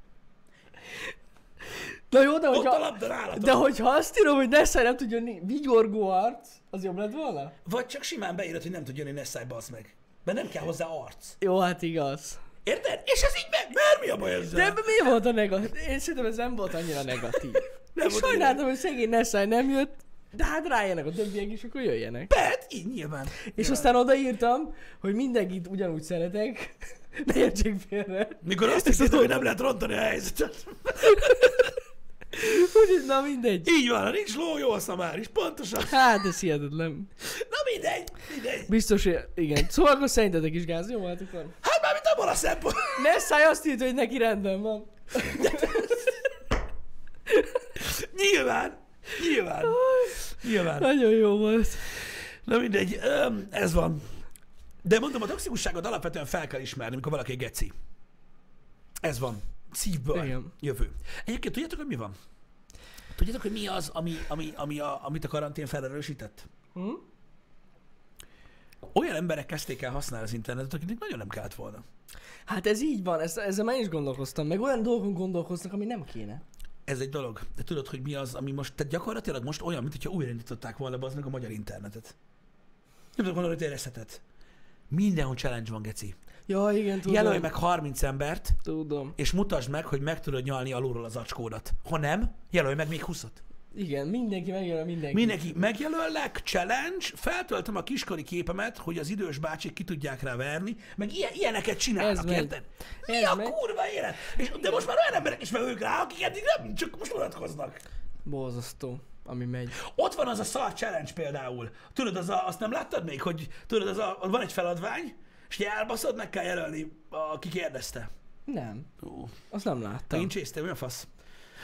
Speaker 2: Na jó, de
Speaker 1: ott a
Speaker 2: hogyha,
Speaker 1: labda nálatok.
Speaker 2: de hogyha azt írom, hogy Nessa nem tud jönni, vigyorgó arc, az jobb lett volna?
Speaker 1: Vagy csak simán beírod, hogy nem tud jönni Nessai, bazd meg. Mert nem kell hozzá arc.
Speaker 2: Jó, hát igaz.
Speaker 1: Érted? És ez így meg, mert mi a baj ezzel?
Speaker 2: De ebben mi volt a negatív? Én szerintem ez nem volt annyira negatív.
Speaker 1: Nem
Speaker 2: Nem
Speaker 1: volt
Speaker 2: Sajnáltam, hogy szegény Nessa nem jött, de hát rájönnek a többiek is, akkor jöjjenek.
Speaker 1: Pet, így nyilván.
Speaker 2: És aztán odaírtam, hogy mindenkit ugyanúgy szeretek, ne értsék félre.
Speaker 1: Mikor azt hiszed, hogy nem lehet rontani a helyzetet.
Speaker 2: Úgyhogy na mindegy.
Speaker 1: Így van, ha nincs ló, jó a szamár is, pontosan.
Speaker 2: Hát ez hihetetlen.
Speaker 1: Na mindegy, mindegy.
Speaker 2: Biztos, hogy igen. Szóval akkor szerintetek is gáz, jó hát akkor.
Speaker 1: Hát már mint abban a szempontból.
Speaker 2: Nessai azt írta, hogy neki rendben van.
Speaker 1: Nyilván. Nyilván. Nyilván.
Speaker 2: Nagyon jó volt.
Speaker 1: Na mindegy, öm, ez van. De mondom, a toxikusságot alapvetően fel kell ismerni, amikor valaki egy geci. Ez van. Szívből.
Speaker 2: Igen.
Speaker 1: Jövő. Egyébként tudjátok, hogy mi van? Tudjátok, hogy mi az, ami, ami, ami a, amit a karantén felerősített?
Speaker 2: Hm?
Speaker 1: Olyan emberek kezdték el használni az internetet, akiknek nagyon nem kellett volna.
Speaker 2: Hát ez így van, ezt, ezzel már is gondolkoztam, meg olyan dolgokon gondolkoznak, ami nem kéne.
Speaker 1: Ez egy dolog. De tudod, hogy mi az, ami most, tehát gyakorlatilag most olyan, mint hogyha újraindították volna az meg a magyar internetet. Nem tudom gondolni, hogy érezheted. Mindenhol challenge van, geci.
Speaker 2: Ja, igen, tudom.
Speaker 1: Jelölj meg 30 embert,
Speaker 2: Tudom.
Speaker 1: és mutasd meg, hogy meg tudod nyalni alulról az acskódat. Ha nem, jelölj meg még 20
Speaker 2: Igen, mindenki megjelöl mindenki.
Speaker 1: Mindenki megjelöllek, challenge, feltöltöm a kiskori képemet, hogy az idős bácsik ki tudják rá verni, meg ilyen, ilyeneket
Speaker 2: Ez
Speaker 1: csinálnak,
Speaker 2: megy.
Speaker 1: érted? Mi
Speaker 2: Ez
Speaker 1: a
Speaker 2: megy.
Speaker 1: kurva élet? És, de most már olyan emberek is vevők rá, akik eddig nem, csak most unatkoznak.
Speaker 2: Borzasztó, ami megy.
Speaker 1: Ott van az a szar challenge például. Tudod, az a, azt nem láttad még, hogy tudod, az a, van egy feladvány, és ugye elbaszod, meg kell jelölni, aki kérdezte.
Speaker 2: Nem,
Speaker 1: Ó,
Speaker 2: azt nem láttam.
Speaker 1: Én csésztem, olyan fasz.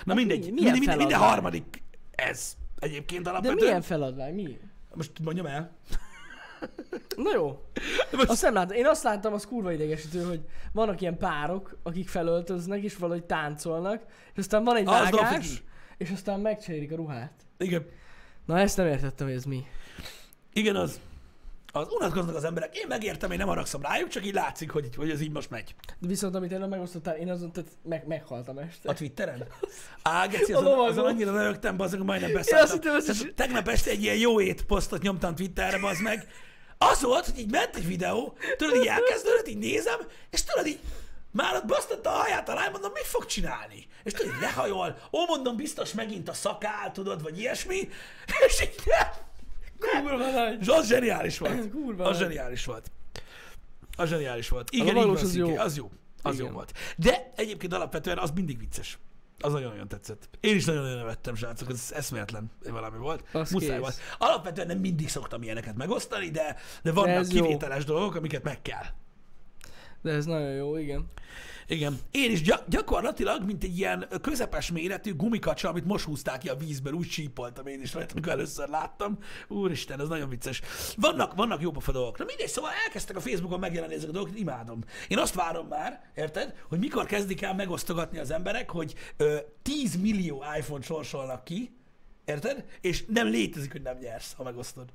Speaker 1: Na mindegy,
Speaker 2: Hát mi-
Speaker 1: minden,
Speaker 2: milyen
Speaker 1: minden, minden, minden
Speaker 2: feladat?
Speaker 1: harmadik ez egyébként
Speaker 2: De
Speaker 1: alapvetően.
Speaker 2: milyen feladvány, mi?
Speaker 1: Most mondjam el.
Speaker 2: Na jó.
Speaker 1: Most-
Speaker 2: Azt nem láttam. Én azt láttam, az kurva idegesítő, hogy vannak ilyen párok, akik felöltöznek és valahogy táncolnak, és aztán van egy
Speaker 1: Az
Speaker 2: vágás,
Speaker 1: dofi.
Speaker 2: és aztán megcserélik a ruhát.
Speaker 1: Igen.
Speaker 2: Na ezt nem értettem, hogy ez mi.
Speaker 1: Igen, az. Az unatkoznak az emberek. Én megértem, én nem haragszom rájuk, csak így látszik, hogy, hogy ez így most megy.
Speaker 2: De viszont amit előbb megosztottál, én azon tehát meg, meghaltam este.
Speaker 1: A Twitteren? Á, geci,
Speaker 2: A
Speaker 1: azon,
Speaker 2: lovagon.
Speaker 1: azon annyira rögtem, bazd meg, majdnem
Speaker 2: Én azt hittem,
Speaker 1: beszálltam.
Speaker 2: ez is-
Speaker 1: Tehát Tegnap este egy ilyen jó ét posztot nyomtam Twitterre, bazd meg. Az volt, hogy így ment egy videó, tudod, így elkezdődött, így nézem, és tudod, így már ott basztotta a haját alá, mondom, mit fog csinálni? És tudod, így lehajol, ó, mondom, biztos megint a szakál, tudod, vagy ilyesmi, és így nem.
Speaker 2: Kurva nagy.
Speaker 1: És az zseniális volt.
Speaker 2: Kurva
Speaker 1: Az
Speaker 2: nagy.
Speaker 1: zseniális volt. Az zseniális volt. Igen, így
Speaker 2: valós
Speaker 1: van,
Speaker 2: Hát az
Speaker 1: Szinké,
Speaker 2: jó.
Speaker 1: az jó. Az jó
Speaker 2: Igen.
Speaker 1: volt. De egyébként alapvetően az mindig vicces. Az nagyon-nagyon tetszett. Én is nagyon-nagyon nevettem, srácok, ez eszméletlen valami volt.
Speaker 2: Az
Speaker 1: Muszáj
Speaker 2: kész.
Speaker 1: volt. Alapvetően nem mindig szoktam ilyeneket megosztani, de, de vannak
Speaker 2: ez jó.
Speaker 1: kivételes dolgok, amiket meg kell.
Speaker 2: De ez nagyon jó, igen.
Speaker 1: Igen. Én is gyak- gyakorlatilag, mint egy ilyen közepes méretű gumikacsa, amit most húzták ki a vízből, úgy sípoltam én is rajta, amikor először láttam. Úristen, ez nagyon vicces. Vannak, vannak jobb a dolgok. Na mindegy, szóval elkezdtek a Facebookon megjelenni ezek a dolgok, imádom. Én azt várom már, érted, hogy mikor kezdik el megosztogatni az emberek, hogy ö, 10 millió iPhone sorsolnak ki, érted? És nem létezik, hogy nem nyersz, ha megosztod.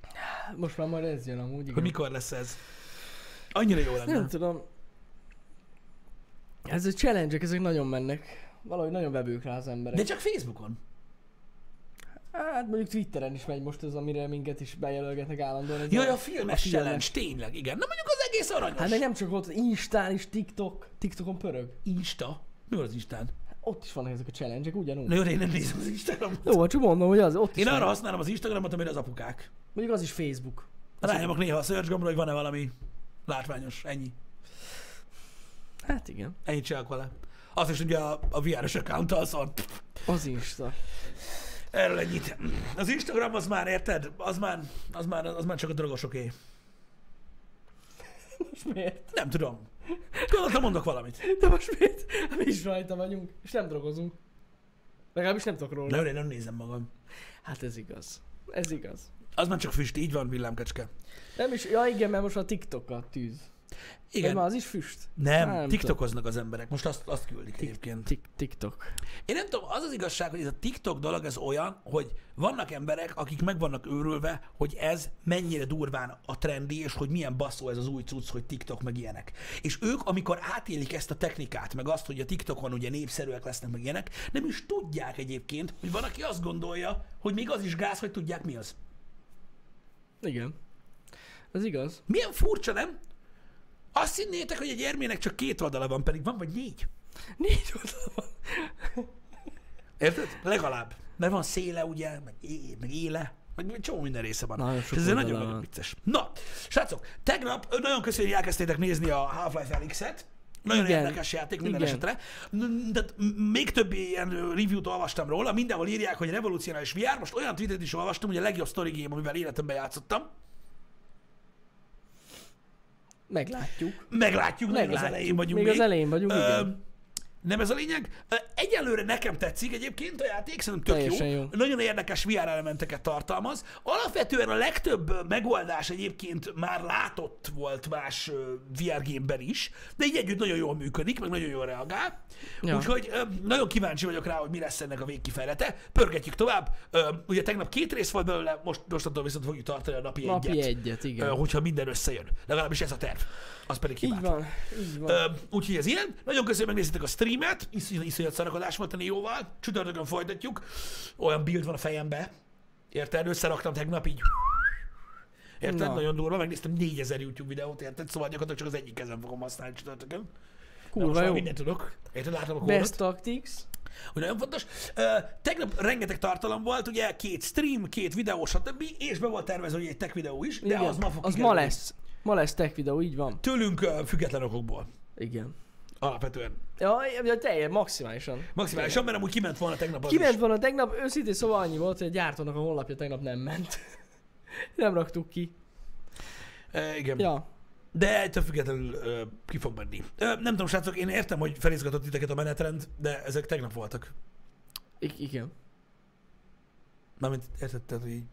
Speaker 2: Most már majd ez jön amúgy,
Speaker 1: Hogy
Speaker 2: igen.
Speaker 1: mikor lesz ez? Annyira jó lenne.
Speaker 2: Nem tudom. Ez a challenge ezek nagyon mennek. Valahogy nagyon vevők rá az emberek.
Speaker 1: De
Speaker 2: De...
Speaker 1: csak Facebookon.
Speaker 2: Hát mondjuk Twitteren is megy most ez, amire minket is bejelölgetnek állandóan. Ez
Speaker 1: Jaj,
Speaker 2: a-
Speaker 1: a filmes
Speaker 2: filmes.
Speaker 1: challenge, tényleg, igen. Na mondjuk az egész aranyos.
Speaker 2: Hát meg nem csak ott, Instán is, TikTok. TikTokon pörög.
Speaker 1: Insta. Mi van az Instán?
Speaker 2: Ott is vannak ezek a challenge ugyanúgy.
Speaker 1: Na jó, de én nem nézem az Instagramot.
Speaker 2: Jó, hát csak mondom, hogy az ott is
Speaker 1: Én arra
Speaker 2: van.
Speaker 1: használom az Instagramot, amire az apukák.
Speaker 2: Mondjuk az is Facebook.
Speaker 1: Rányomok néha a search gombra, hogy van-e valami látványos. Ennyi.
Speaker 2: Hát igen.
Speaker 1: Ennyit csinálok vele. Azt is ugye a, a VR-es account az a...
Speaker 2: Az Insta.
Speaker 1: Erről ennyit. Az Instagram az már, érted? Az már, az már, az már csak a drogosoké.
Speaker 2: Most miért?
Speaker 1: Nem tudom. Gondoltam, mondok valamit.
Speaker 2: De most miért? Hát Mi is rajta vagyunk, és nem drogozunk. Legalábbis nem tudok róla.
Speaker 1: Na jó, de én nem nézem magam.
Speaker 2: Hát ez igaz. Ez igaz.
Speaker 1: Az már csak füst, így van villámkecske.
Speaker 2: Nem is, ja igen, mert most a TikTok a tűz. Igen. Már
Speaker 1: Igen.
Speaker 2: az is füst.
Speaker 1: Nem,
Speaker 2: Nem tudom.
Speaker 1: tiktokoznak az emberek. Most azt, azt küldik egyébként.
Speaker 2: Tik- TikTok.
Speaker 1: Én nem tudom, az az igazság, hogy ez a TikTok dolog, ez olyan, hogy vannak emberek, akik meg vannak őrülve, hogy ez mennyire durván a trendi, és hogy milyen baszó ez az új cucc, hogy TikTok meg ilyenek. És ők, amikor átélik ezt a technikát, meg azt, hogy a TikTokon ugye népszerűek lesznek meg ilyenek, nem is tudják egyébként, hogy van, aki azt gondolja, hogy még az is gáz, hogy tudják mi az.
Speaker 2: Igen. Ez igaz.
Speaker 1: Milyen furcsa, nem? Azt hinnétek, hogy egy érmének csak két oldala van, pedig van vagy négy.
Speaker 2: Négy oldal van.
Speaker 1: Érted? Legalább. Mert van széle, ugye, meg, é, meg éle, meg csomó minden része van.
Speaker 2: Nagyon
Speaker 1: És
Speaker 2: sok
Speaker 1: ez
Speaker 2: oldala
Speaker 1: nagyon, nagyon
Speaker 2: van.
Speaker 1: vicces. Na, srácok, tegnap ö, nagyon köszönjük, hogy elkezdtétek nézni a Half-Life Alyx-et. Nagyon
Speaker 2: Igen.
Speaker 1: érdekes játék minden
Speaker 2: Igen.
Speaker 1: esetre. N- De m- még több ilyen ö, review-t olvastam róla, mindenhol írják, hogy revolucionális VR. Most olyan tweetet is olvastam, hogy a legjobb story game, amivel életemben játszottam.
Speaker 2: Meglátjuk.
Speaker 1: Meglátjuk, nagyon az
Speaker 2: Meglátjuk.
Speaker 1: elején vagyunk
Speaker 2: Még,
Speaker 1: még.
Speaker 2: az elején vagyunk, igen.
Speaker 1: Ö, nem ez a lényeg. Ö, Egyelőre nekem tetszik egyébként a játék, szerintem tök jó.
Speaker 2: Teljesen jó.
Speaker 1: Nagyon érdekes VR elementeket tartalmaz. Alapvetően a legtöbb ö, megoldás egyébként már látott volt más ö, VR gémben is, de így együtt nagyon jól működik, meg nagyon jól reagál. Ja.
Speaker 2: Ja.
Speaker 1: Úgyhogy ö, nagyon kíváncsi vagyok rá, hogy mi lesz ennek a végkifejlete. Pörgetjük tovább. Ö, Ugye tegnap két rész volt belőle, most, mostantól viszont fogjuk tartani a napi,
Speaker 2: Napi
Speaker 1: egyet.
Speaker 2: egyet, igen.
Speaker 1: Ö, Hogyha minden összejön. Legalábbis ez a terv. Az pedig
Speaker 2: így
Speaker 1: hibátlan.
Speaker 2: van, így van.
Speaker 1: Ö, úgyhogy ez ilyen. Nagyon köszönöm, hogy megnéztétek a streamet. Iszony- Iszonyat szarakodás volt a Néóval. Csütörtökön folytatjuk. Olyan build van a fejembe. Érted? Összeraktam tegnap így. Érted?
Speaker 2: Na.
Speaker 1: Nagyon durva. Megnéztem 4000 YouTube videót, érted? Szóval gyakorlatilag csak az egyik kezem fogom használni csütörtökön. De most
Speaker 2: Kurva
Speaker 1: már
Speaker 2: jó.
Speaker 1: mindent tudok. Érted? Látom a kódot.
Speaker 2: Best Tactics.
Speaker 1: Hogy nagyon fontos. Ö, tegnap rengeteg tartalom volt, ugye két stream, két videó, stb. És be volt tervezve, hogy egy tech videó is, de
Speaker 2: Igen,
Speaker 1: az ma fog
Speaker 2: az ma
Speaker 1: kikerülni.
Speaker 2: lesz. Ma lesz tech videó, így van.
Speaker 1: Tőlünk ö, független okokból.
Speaker 2: Igen.
Speaker 1: Alapvetően.
Speaker 2: Ja, ja teljes, maximálisan.
Speaker 1: Maximálisan, mert amúgy kiment volna tegnap az is.
Speaker 2: Kiment volna tegnap, őszintén szóval annyi volt, hogy a gyártónak a honlapja tegnap nem ment. nem raktuk ki.
Speaker 1: E, igen. Ja.
Speaker 2: Ja,
Speaker 1: De ettől függetlenül ö, ki fog menni. Ö, nem tudom, srácok, én értem, hogy felizgatott titeket a menetrend, de ezek tegnap voltak.
Speaker 2: I- igen.
Speaker 1: Mármint érted, tehát, hogy így.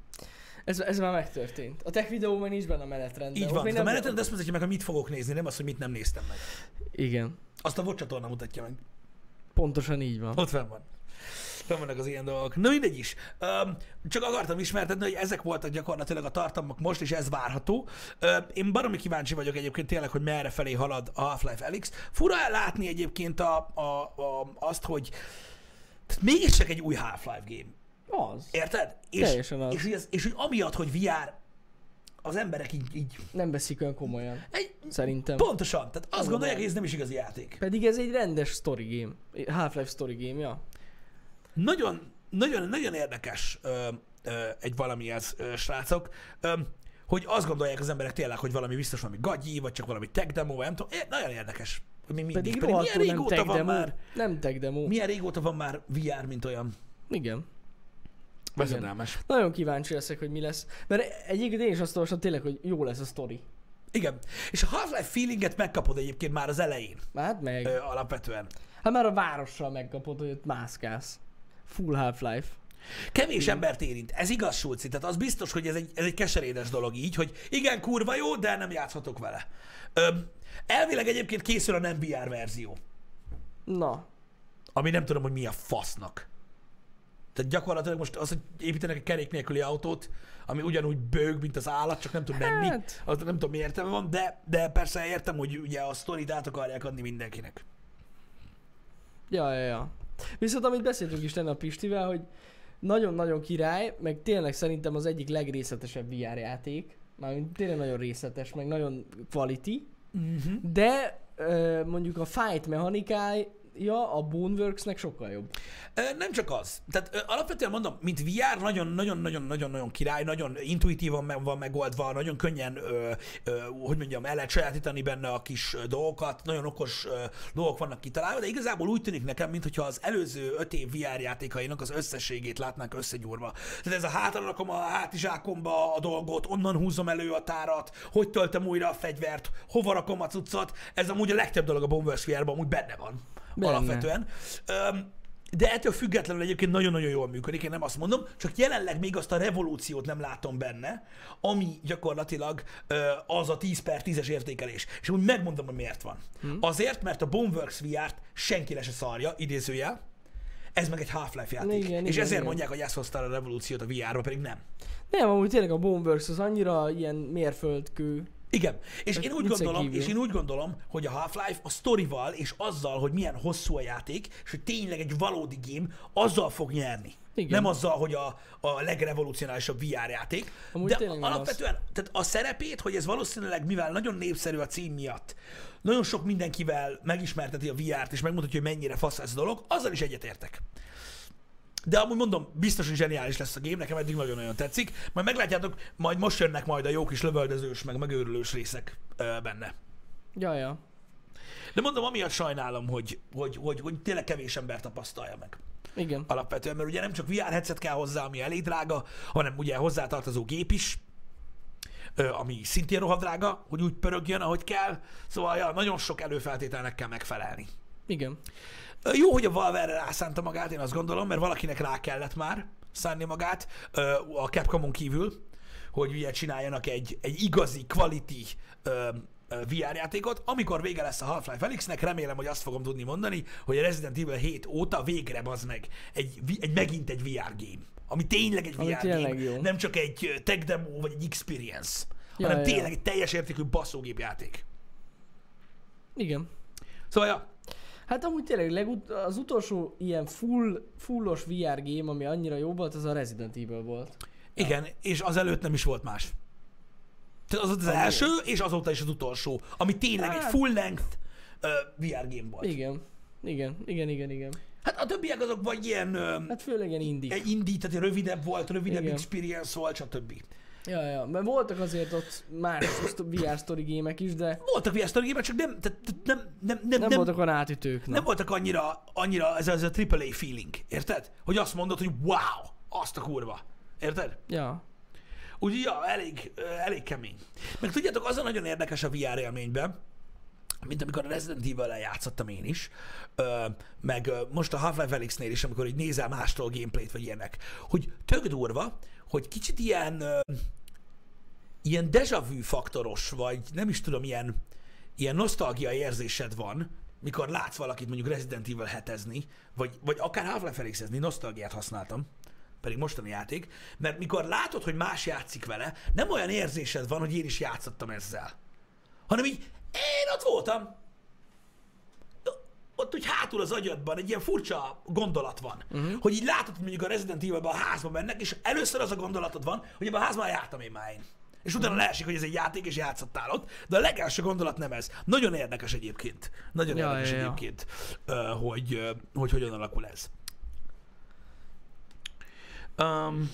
Speaker 2: Ez, ez már megtörtént. A tech videó már nincs benne a menetrendben.
Speaker 1: így
Speaker 2: Ott
Speaker 1: van.
Speaker 2: még
Speaker 1: Tehát A menetrend azt mutatja meg, hogy mit fogok nézni, nem azt, hogy mit nem néztem meg.
Speaker 2: Igen.
Speaker 1: Azt a VOD csatorna mutatja meg.
Speaker 2: Pontosan így van.
Speaker 1: Ott fenn van. Fenn vannak az ilyen dolgok. Na mindegy is. Öm, csak akartam ismertetni, hogy ezek voltak gyakorlatilag a tartalmak most, és ez várható. Öm, én baromi kíváncsi vagyok egyébként tényleg, hogy merre felé halad a Half-Life Alyx. Fura látni egyébként a, a, a, azt, hogy tehát mégis csak egy új Half-Life game.
Speaker 2: Az.
Speaker 1: Érted? És,
Speaker 2: Teljesen az.
Speaker 1: És, hogy ez, és hogy amiatt, hogy VR, az emberek így, így
Speaker 2: Nem veszik olyan komolyan.
Speaker 1: egy,
Speaker 2: Szerintem.
Speaker 1: pontosan, tehát azt gondolják, hogy ez nem is igazi játék.
Speaker 2: Pedig ez egy rendes story game. Half-Life story game, ja.
Speaker 1: Nagyon, nagyon, nagyon érdekes ö, ö, egy valami ez, ö, srácok, ö, hogy azt gondolják az emberek tényleg, hogy valami biztos valami gagyi, vagy csak valami tech demo, vagy nem tudom. É, nagyon érdekes. Vagy még mindig.
Speaker 2: Pedig, pedig
Speaker 1: milyen
Speaker 2: rohadtul nem
Speaker 1: régóta
Speaker 2: tech
Speaker 1: van
Speaker 2: demo.
Speaker 1: már,
Speaker 2: Nem tech demo.
Speaker 1: milyen régóta van már VR, mint olyan.
Speaker 2: Igen.
Speaker 1: Veszedelmes.
Speaker 2: Nagyon kíváncsi leszek, hogy mi lesz. Mert egyébként én is azt olvastam tényleg, hogy jó lesz a sztori.
Speaker 1: Igen. És a Half-Life feelinget megkapod egyébként már az elején,
Speaker 2: Hát meg.
Speaker 1: ö, alapvetően.
Speaker 2: Hát már a várossal megkapod, hogy ott mászkálsz. Full Half-Life.
Speaker 1: Kevés embert érint. Ez igaz, Sulci. Tehát az biztos, hogy ez egy, ez egy keserédes dolog így, hogy igen, kurva jó, de nem játszhatok vele. Öm, elvileg egyébként készül a nem VR verzió,
Speaker 2: Na,
Speaker 1: ami nem tudom, hogy mi a fasznak. Tehát gyakorlatilag most az, hogy építenek egy kerék nélküli autót, ami ugyanúgy bőg, mint az állat, csak nem tud menni.
Speaker 2: Hát.
Speaker 1: Az nem tudom, mi értelme van, de, de persze értem, hogy ugye a sztorit át akarják adni mindenkinek.
Speaker 2: Ja, ja, ja. Viszont amit beszéltünk is lenne a Pistivel, hogy nagyon-nagyon király, meg tényleg szerintem az egyik legrészletesebb VR játék. Mármint tényleg nagyon részletes, meg nagyon quality.
Speaker 1: Uh-huh.
Speaker 2: Mhm. De ö, mondjuk a fight mechanikája a Boneworksnek sokkal jobb.
Speaker 1: Ö, Nem csak az. Tehát ö, alapvetően mondom, mint VR nagyon-nagyon-nagyon-nagyon-nagyon király, nagyon intuitívan meg van megoldva, nagyon könnyen, ö, ö, hogy mondjam, el lehet sajátítani benne a kis ö, dolgokat, nagyon okos ö, dolgok vannak kitalálva, de igazából úgy tűnik nekem, mintha az előző öt év VR játékainak az összességét látnánk összegyúrva. Tehát ez a hátra rakom a hátizsákomba a dolgot, onnan húzom elő a tárat, hogy töltöm újra a fegyvert, hova rakom a cuccot, ez amúgy a legtöbb dolog a Bombers VR-ban, amúgy benne van.
Speaker 2: Benne.
Speaker 1: Alapvetően egyszerűen. Öm, de ettől függetlenül egyébként nagyon-nagyon jól működik, én nem azt mondom, csak jelenleg még azt a revolúciót nem látom benne, ami gyakorlatilag ö, az a 10 per 10-es értékelés. És úgy megmondom, hogy miért van. Hmm. Azért, mert a Boneworks VR-t senki le se szarja, idézőjel, ez meg egy Half-Life játék.
Speaker 2: Igen,
Speaker 1: és
Speaker 2: igen,
Speaker 1: ezért
Speaker 2: igen.
Speaker 1: mondják, hogy ezt hoztál a revolúciót a VR-ba, pedig nem.
Speaker 2: Nem, amúgy tényleg a Boneworks az annyira ilyen mérföldkő.
Speaker 1: Igen, és én, úgy
Speaker 2: viccen
Speaker 1: gondolom,
Speaker 2: kívül.
Speaker 1: és én úgy gondolom, hogy a Half-Life a sztorival és azzal, hogy milyen hosszú a játék, és hogy tényleg egy valódi game, azzal fog nyerni.
Speaker 2: Igen.
Speaker 1: Nem azzal, hogy a, a legrevolucionálisabb VR játék,
Speaker 2: Amúgy
Speaker 1: de
Speaker 2: tényleg nem
Speaker 1: alapvetően tehát a szerepét, hogy ez valószínűleg, mivel nagyon népszerű a cím miatt, nagyon sok mindenkivel megismerteti a VR-t, és megmutatja, hogy mennyire fasz ez a dolog, azzal is egyetértek. De amúgy mondom, biztos, hogy zseniális lesz a game, nekem eddig nagyon-nagyon tetszik. Majd meglátjátok, majd most jönnek majd a jó kis lövöldözős, meg megőrülős részek ö, benne.
Speaker 2: Ja, ja.
Speaker 1: De mondom, amiatt sajnálom, hogy, hogy, hogy, hogy tényleg kevés ember tapasztalja meg.
Speaker 2: Igen.
Speaker 1: Alapvetően, mert ugye nem csak VR headset kell hozzá, ami elég drága, hanem ugye hozzátartozó gép is, ö, ami szintén rohadrága, hogy úgy pörögjön, ahogy kell. Szóval ja, nagyon sok előfeltételnek kell megfelelni.
Speaker 2: Igen.
Speaker 1: Ö, Jó, hogy a Valve erre rászánta magát, én azt gondolom, mert valakinek rá kellett már szánni magát ö, a Capcomon kívül, hogy ugye csináljanak egy, egy igazi quality ö, ö, VR játékot. Amikor vége lesz a Half-Life Felixnek, remélem, hogy azt fogom tudni mondani, hogy a Resident Evil 7 óta végre az meg egy, vi- egy, megint egy VR game. Ami tényleg egy
Speaker 2: Ami
Speaker 1: VR
Speaker 2: tényleg
Speaker 1: game,
Speaker 2: jó.
Speaker 1: nem csak egy ö, tech demo vagy egy experience,
Speaker 2: Ja,
Speaker 1: hanem
Speaker 2: ja.
Speaker 1: tényleg egy teljes értékű basszógép játék.
Speaker 2: Igen.
Speaker 1: Szóval, ja,
Speaker 2: Hát amúgy tényleg legut- az utolsó ilyen full, fullos VR game, ami annyira jó volt, az a Resident Evil volt.
Speaker 1: Igen, és azelőtt nem is volt más. Tehát az volt az első, és azóta is az utolsó, ami tényleg egy
Speaker 2: Hát.
Speaker 1: full-length uh, VR game volt. Igen.
Speaker 2: Igen. Igen, igen, igen, igen.
Speaker 1: Hát a többiek azok vagy ilyen uh,
Speaker 2: Hát főleg ilyen indie.
Speaker 1: indie, tehát rövidebb volt, rövidebb Igen.
Speaker 2: Igen.
Speaker 1: experience volt, stb.
Speaker 2: Ja, ja, mert voltak azért ott más szto- VR story gémek is, de
Speaker 1: Voltak VR story csak nem, tehát tehát nem, nem, nem,
Speaker 2: nem,
Speaker 1: nem,
Speaker 2: voltak olyan átütők.
Speaker 1: nem
Speaker 2: Nem.
Speaker 1: voltak annyira, annyira ez, ez a AAA feeling, érted? Hogy azt mondod, hogy wow, azt a kurva. Érted?
Speaker 2: Ja.
Speaker 1: Úgyhogy ja, elég, ö, elég kemény. Meg tudjátok, az a nagyon érdekes a VR élményben, mint amikor a Resident evil játszottam én is, ö, meg ö, most a Half-Life Felixnél is, amikor így nézel mástól gameplayt, vagy ilyenek, hogy tök durva, hogy kicsit ilyen, ö, ilyen deja vu faktoros, vagy nem is tudom, ilyen, ilyen nosztalgia érzésed van, mikor látsz valakit mondjuk Resident Evil hetezni, vagy, vagy akár Half-Life Felixezni, nosztalgiát használtam, pedig mostani játék, mert mikor látod, hogy más játszik vele, nem olyan érzésed van, hogy én is játszottam ezzel, hanem így én ott voltam, ott úgy hátul az agyadban egy ilyen furcsa gondolat van,
Speaker 2: Mhm.
Speaker 1: uh-huh. hogy így látod, hogy mondjuk a Resident Evil-ben a házba mennek, és először az a gondolatod van, hogy ebben a házban jártam én már én.
Speaker 2: Mhm.
Speaker 1: És utána leesik, hogy ez egy játék, és játszottál ott, de a legelső gondolat nem ez. Nagyon érdekes egyébként. Nagyon
Speaker 2: Ja,
Speaker 1: érdekes
Speaker 2: ja, ja.
Speaker 1: egyébként, ö, hogy, ö, hogy hogyan alakul ez. Um,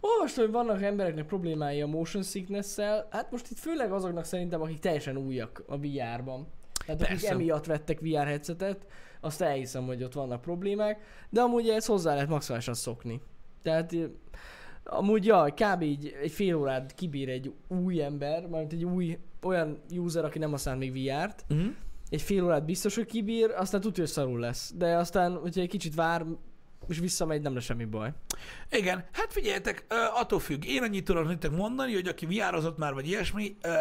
Speaker 2: Olvastam, hogy vannak embereknek problémái a motion sickness-szel. Hát most itt főleg azoknak szerintem, akik teljesen újak a VR-ban. Tehát akik
Speaker 1: Persze.
Speaker 2: emiatt vettek VR headsetet, azt elhiszem, hogy ott vannak problémák, de amúgy ezt hozzá lehet maximálisan szokni. Tehát eh, amúgy ja, kb. Így egy fél órát kibír egy új ember, mert egy új olyan user, aki nem használ még VR-t,
Speaker 1: Mm.
Speaker 2: egy fél órát biztos, hogy kibír, aztán tudja, hogy szarul lesz. De aztán, hogyha egy kicsit vár, és visszamegy, nem lesz semmi baj.
Speaker 1: Igen, hát figyeljetek, ö, attól függ. Én annyit tudok nektek mondani, hogy aki viározott már, vagy ilyesmi, ö,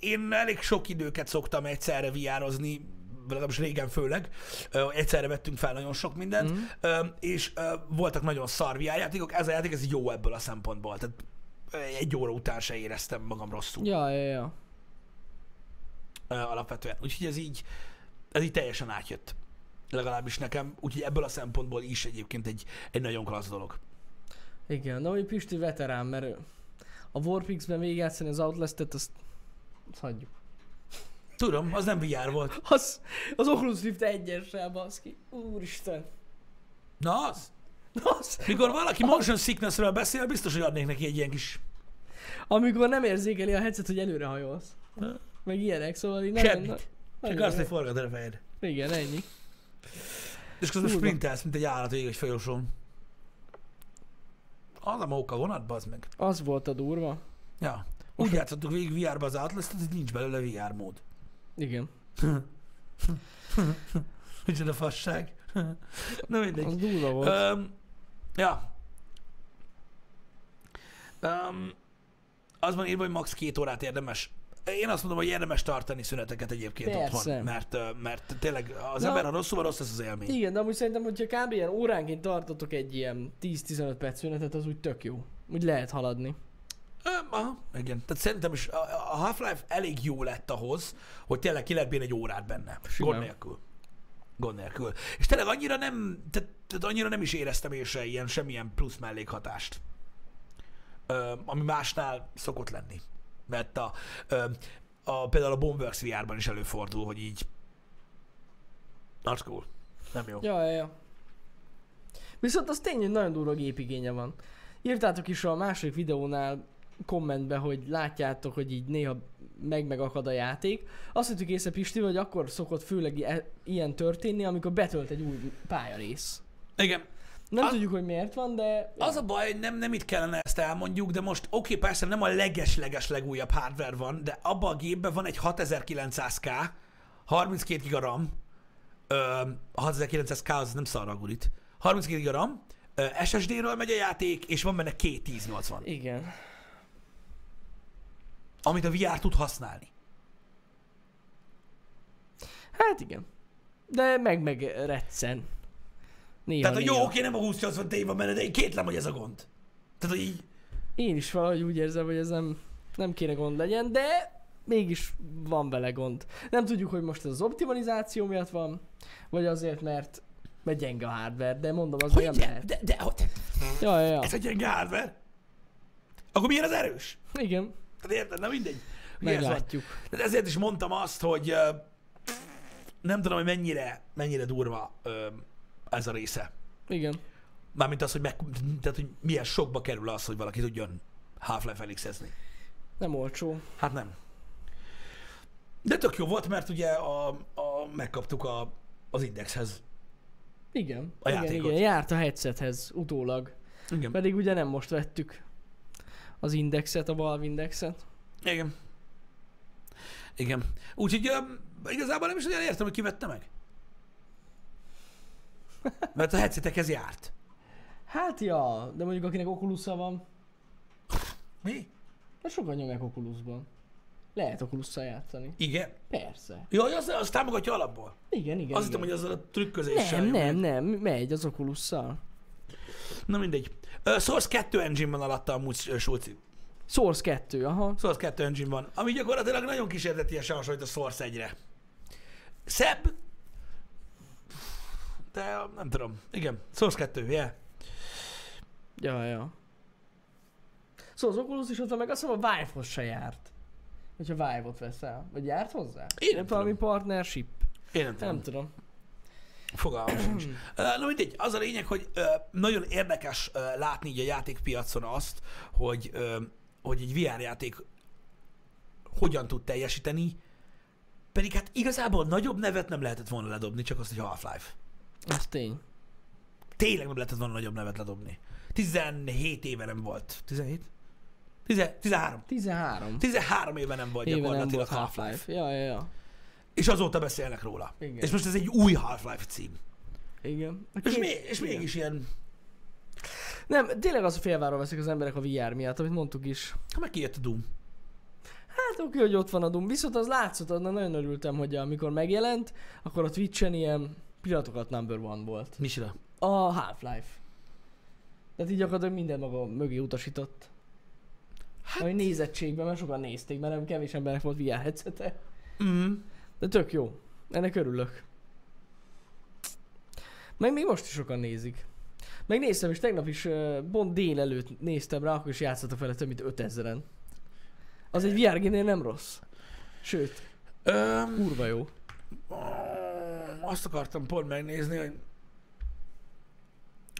Speaker 1: én elég sok időket szoktam egyszerre viározni, legalábbis régen főleg, Ö, egyszerre vettünk fel nagyon sok mindent, mm. és ö, voltak nagyon szar VR játékok, ez a játék ez jó ebből a szempontból, tehát ö, egy óra után se éreztem magam rosszul
Speaker 2: Ja, ja, ja.
Speaker 1: ö, alapvetően. Úgyhogy ez így, ez így teljesen átjött. Legalábbis nekem, úgyhogy ebből a szempontból is egyébként egy, egy nagyon klassz dolog.
Speaker 2: Igen, de hogy Pisti veterán, mert ő- a Warpix-ben végigjátszani az Outlast-et, azt, azt hagyjuk.
Speaker 1: Tudom, az nem VR volt.
Speaker 2: Az, az Oculus Rift 1-essel, baszki. Úristen.
Speaker 1: Na az?
Speaker 2: Az,
Speaker 1: Mikor valaki motion sicknessről beszél, biztos, hogy adnék neki egy ilyen kis
Speaker 2: amikor nem érzékeli a headset, hogy előre hajolsz. Meg ilyenek, szóval így nagyon...
Speaker 1: semmit. Csak azt, hogy forgat a fejed.
Speaker 2: Igen, ennyi.
Speaker 1: És közben
Speaker 2: Kurva.
Speaker 1: sprintelsz, mint egy állat végig egy folyosón. Az a móka vonat, bazd meg.
Speaker 2: Az volt a durva.
Speaker 1: Ja. Úgy játszottuk végig VR-ba az Atlas, hogy nincs belőle VR mód.
Speaker 2: Igen.
Speaker 1: Micsoda fasság. Na mindegy.
Speaker 2: Az durva volt.
Speaker 1: Um, ja. Um, az van írva, hogy max. két órát érdemes. Én azt mondom, hogy érdemes tartani szüneteket egyébként
Speaker 2: Persze.
Speaker 1: otthon, mert, ö, mert tényleg az
Speaker 2: Na.
Speaker 1: ember, ha rosszul van, rossz lesz az élmény.
Speaker 2: Igen, de amúgy szerintem, hogyha kb. ilyen óránként tartotok egy ilyen 10-15 perc szünetet, az úgy tök jó. Úgy lehet haladni.
Speaker 1: Ö, aha, igen. Tehát szerintem is a, a Half-Life elég jó lett ahhoz, hogy tényleg ki lehet bírni egy órát benne.
Speaker 2: Simán.
Speaker 1: Gond nélkül. Gond nélkül. És tényleg annyira nem, tehát, tehát annyira nem is éreztem én se ilyen, semmilyen plusz mellékhatást. Ö, ami másnál szokott lenni. Mert a, ö, a például a Bombworks VR-ban is előfordul, hogy így Not cool. Nem jó.
Speaker 2: Ja, ja, ja. Viszont az tény, hogy nagyon durva gépigénye van. Írtátok is a második videónál kommentbe, hogy látjátok, hogy így néha meg-megakad a játék. Azt hittük észre Pisti, hogy akkor szokott főleg i- e- ilyen történni, amikor betölt egy új pályarész.
Speaker 1: Igen,
Speaker 2: Nem
Speaker 1: Az-
Speaker 2: tudjuk, hogy miért van, de...
Speaker 1: Az a baj, hogy nem, nem itt kellene ezt elmondjuk, de most oké, okay, persze nem a leges-leges legújabb hardware van, de abban a gépben van egy 6900K, 32 giga RAM, ö, a 6900K az nem szarra gurít, 32 giga RAM, ö, SSD-ről megy a játék, és van benne két 1080,
Speaker 2: Igen.
Speaker 1: amit a VR tud használni.
Speaker 2: Hát igen. De meg-meg reccen. Néha,
Speaker 1: Tehát, hogy jó,
Speaker 2: néha.
Speaker 1: oké, nem a 2080 Ti van benne, de én kétlem, hogy ez a gond. Tehát, hogy így,
Speaker 2: Én is valahogy úgy érzem, hogy ez nem, nem kéne gond legyen, de mégis van vele gond. Nem tudjuk, hogy most ez az optimalizáció miatt van, vagy azért, mert mert gyenge a hardware, de mondom, az olyan
Speaker 1: hogy de,
Speaker 2: lehet.
Speaker 1: de, de, hogy
Speaker 2: Ja, ja, ja.
Speaker 1: ez egy gyenge hardware. Akkor miért az erős?
Speaker 2: Igen,
Speaker 1: Tehát érted, na mindegy. Ugye ez van.
Speaker 2: meglátjuk.
Speaker 1: De ezért is mondtam azt, hogy ö, nem tudom, hogy mennyire, mennyire durva ö, ez a része.
Speaker 2: Igen.
Speaker 1: Mármint az, hogy, meg, tehát, hogy milyen sokba kerül az, hogy valaki tudjon Half-Life elixezni.
Speaker 2: Nem olcsó.
Speaker 1: Hát nem. De tök jó volt, mert ugye a, a, megkaptuk a, az indexhez.
Speaker 2: Igen.
Speaker 1: A
Speaker 2: igen,
Speaker 1: játékot.
Speaker 2: igen, járt a headsethez utólag.
Speaker 1: Igen.
Speaker 2: Pedig ugye nem most vettük az indexet, a Valve indexet.
Speaker 1: Igen. Igen. Úgyhogy ö, igazából nem is nagyon értem, hogy kivette meg. Mert a headsetekhez járt.
Speaker 2: Hát ja, de mondjuk akinek oculus van,
Speaker 1: Mi?
Speaker 2: hát sokan nyomják Oculusban. Lehet oculus játszani.
Speaker 1: Igen.
Speaker 2: Persze.
Speaker 1: Jaj, az, az támogatja alapból.
Speaker 2: Igen, igen.
Speaker 1: Azt hittem,
Speaker 2: igen.
Speaker 1: hogy azzal a trükközéssel. jön.
Speaker 2: Nem, nem, nem, megy az oculus
Speaker 1: Na mindegy. Uh, Source 2 engine van alatta amúgy, uh, Sulci.
Speaker 2: Source 2, aha.
Speaker 1: Source 2 engine van, ami gyakorlatilag nagyon kísérletiesen hasonlít a Source 1-re. Szebb, de nem tudom. Igen, Source 2, yeah.
Speaker 2: Ja, ja. Szóval az Oculus is ott van, meg azt hiszem a Vive-hoz se járt. Hogyha Vive-ot veszel. Vagy járt hozzá?
Speaker 1: Én nem
Speaker 2: Volt Valami partnership.
Speaker 1: Én nem tudom.
Speaker 2: Nem tudom.
Speaker 1: Fogalmam sincs.
Speaker 2: Hmm.
Speaker 1: Ö, Na mindegy, az a lényeg, hogy ö, nagyon érdekes ö, látni így a játékpiacon azt, hogy, ö, hogy egy VR játék hogyan tud teljesíteni Pedig hát igazából nagyobb nevet nem lehetett volna ledobni, csak azt, hogy Half-Life.
Speaker 2: Ez tény.
Speaker 1: Tényleg nem lehetett volna nagyobb nevet ledobni. 17 éve nem volt. 17? 10, 13.
Speaker 2: 13.
Speaker 1: 13 éve nem volt
Speaker 2: Éve nem
Speaker 1: gyakorlatilag
Speaker 2: volt
Speaker 1: Half-Life.
Speaker 2: Half-Life. Ja, ja, ja.
Speaker 1: És azóta beszélnek róla.
Speaker 2: Igen.
Speaker 1: És most ez egy új Half-Life cím.
Speaker 2: Igen. A
Speaker 1: És,
Speaker 2: két-
Speaker 1: mi, és mégis ilyen,
Speaker 2: Nem, tényleg az a félváról veszik az emberek a VR miatt, amit mondtuk is.
Speaker 1: ha meg kijött a Doom.
Speaker 2: Hát oké, hogy ott van a Doom, viszont az látszott, annak nagyon örültem, hogy amikor megjelent, akkor a Twitch-en ilyen pillanatokat number one volt.
Speaker 1: Mi csinál?
Speaker 2: A Half-Life. Tehát így gyakorlatilag minden maga mögé utasított. Hát... Ami nézettségben, mert sokan nézték, mert nem kevés embernek volt VR headsete.
Speaker 1: Mm.
Speaker 2: De tök jó. Ennek örülök. Meg még most is sokan nézik. Meg néztem is, tegnap is, ö, pont délelőtt néztem rá, akkor is játszottak vele több mint 5000-en. Az egy VR génél nem rossz. Sőt,
Speaker 1: Öm,
Speaker 2: kurva jó.
Speaker 1: mm, azt akartam pont megnézni, hogy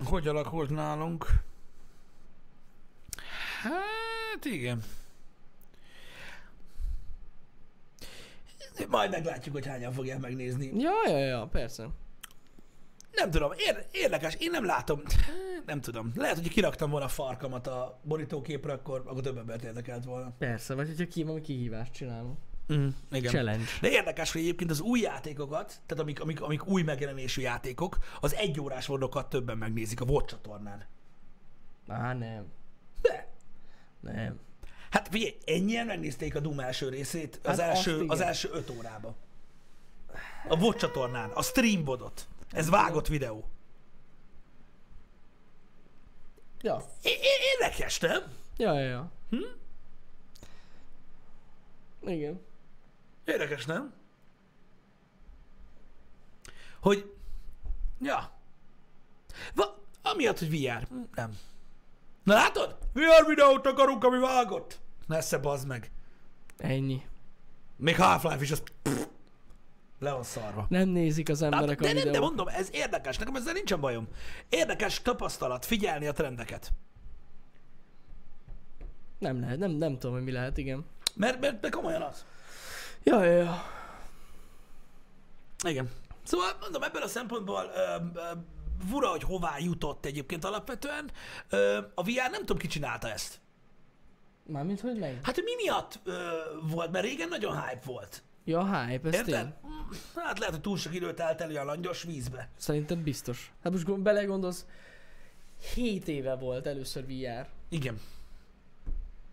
Speaker 1: hogy alakult nálunk. Hát igen. Majd meglátjuk, hogy hányan fogják megnézni.
Speaker 2: Ja, ja, ja, persze.
Speaker 1: Nem tudom, ér- érdekes, én nem látom, Hát, nem tudom. Lehet, hogy kiraktam volna a farkamat a borítóképre, akkor, akkor több embert érdekelt volna.
Speaker 2: Persze, vagy hogyha ki valami kihívást csinálunk.
Speaker 1: Mm, igen.
Speaker 2: Challenge.
Speaker 1: De érdekes, hogy egyébként az új játékokat, tehát amik, amik, amik új megjelenésű játékok, az egyórás vonokat többen megnézik a VOD csatornán.
Speaker 2: Á, nem.
Speaker 1: De,
Speaker 2: Nem.
Speaker 1: hát figyelj, ennyien megnézték a Doom első részét az,
Speaker 2: Hát azt
Speaker 1: első, az
Speaker 2: igen.
Speaker 1: első öt órába. A VOD csatornán, a streamvodot. Ez vágott videó.
Speaker 2: Ja.
Speaker 1: É- é- Érdekes, nem?
Speaker 2: Ja, ja, ja. Hm? Igen.
Speaker 1: Érdekes, nem? Hogy... Ja. Va, amiatt, hogy VR. Hm, Nem. Na látod? VR videót akarunk, ami vágott. Nesze, bazd meg.
Speaker 2: Ennyi.
Speaker 1: Még Half-Life is, az pff, le van szarva.
Speaker 2: Nem nézik az
Speaker 1: Hát,
Speaker 2: emberek
Speaker 1: de
Speaker 2: a
Speaker 1: nem, de
Speaker 2: videót.
Speaker 1: mondom, ez érdekes, nekem ezzel nincsen bajom. Érdekes tapasztalat, figyelni a trendeket.
Speaker 2: Nem lehet, nem, nem tudom, hogy mi lehet, igen.
Speaker 1: Mert, mert de komolyan az.
Speaker 2: Ja, ja, ja.
Speaker 1: Igen. Szóval mondom, ebből a szempontból ö, ö, fura, hogy hová jutott egyébként alapvetően. Ö, a VR nem tudom, ki csinálta ezt.
Speaker 2: Mármint, hogy meg?
Speaker 1: Hát, hogy mi miatt ö, volt, mert régen nagyon hype volt.
Speaker 2: Ja, hype, ez
Speaker 1: Érted?
Speaker 2: tény.
Speaker 1: Mm, Hát lehet, hogy túl sok időt elteli a langyos vízbe.
Speaker 2: Szerintem biztos. Hát most gond- belegondolsz, 7 éve volt először VR.
Speaker 1: Igen.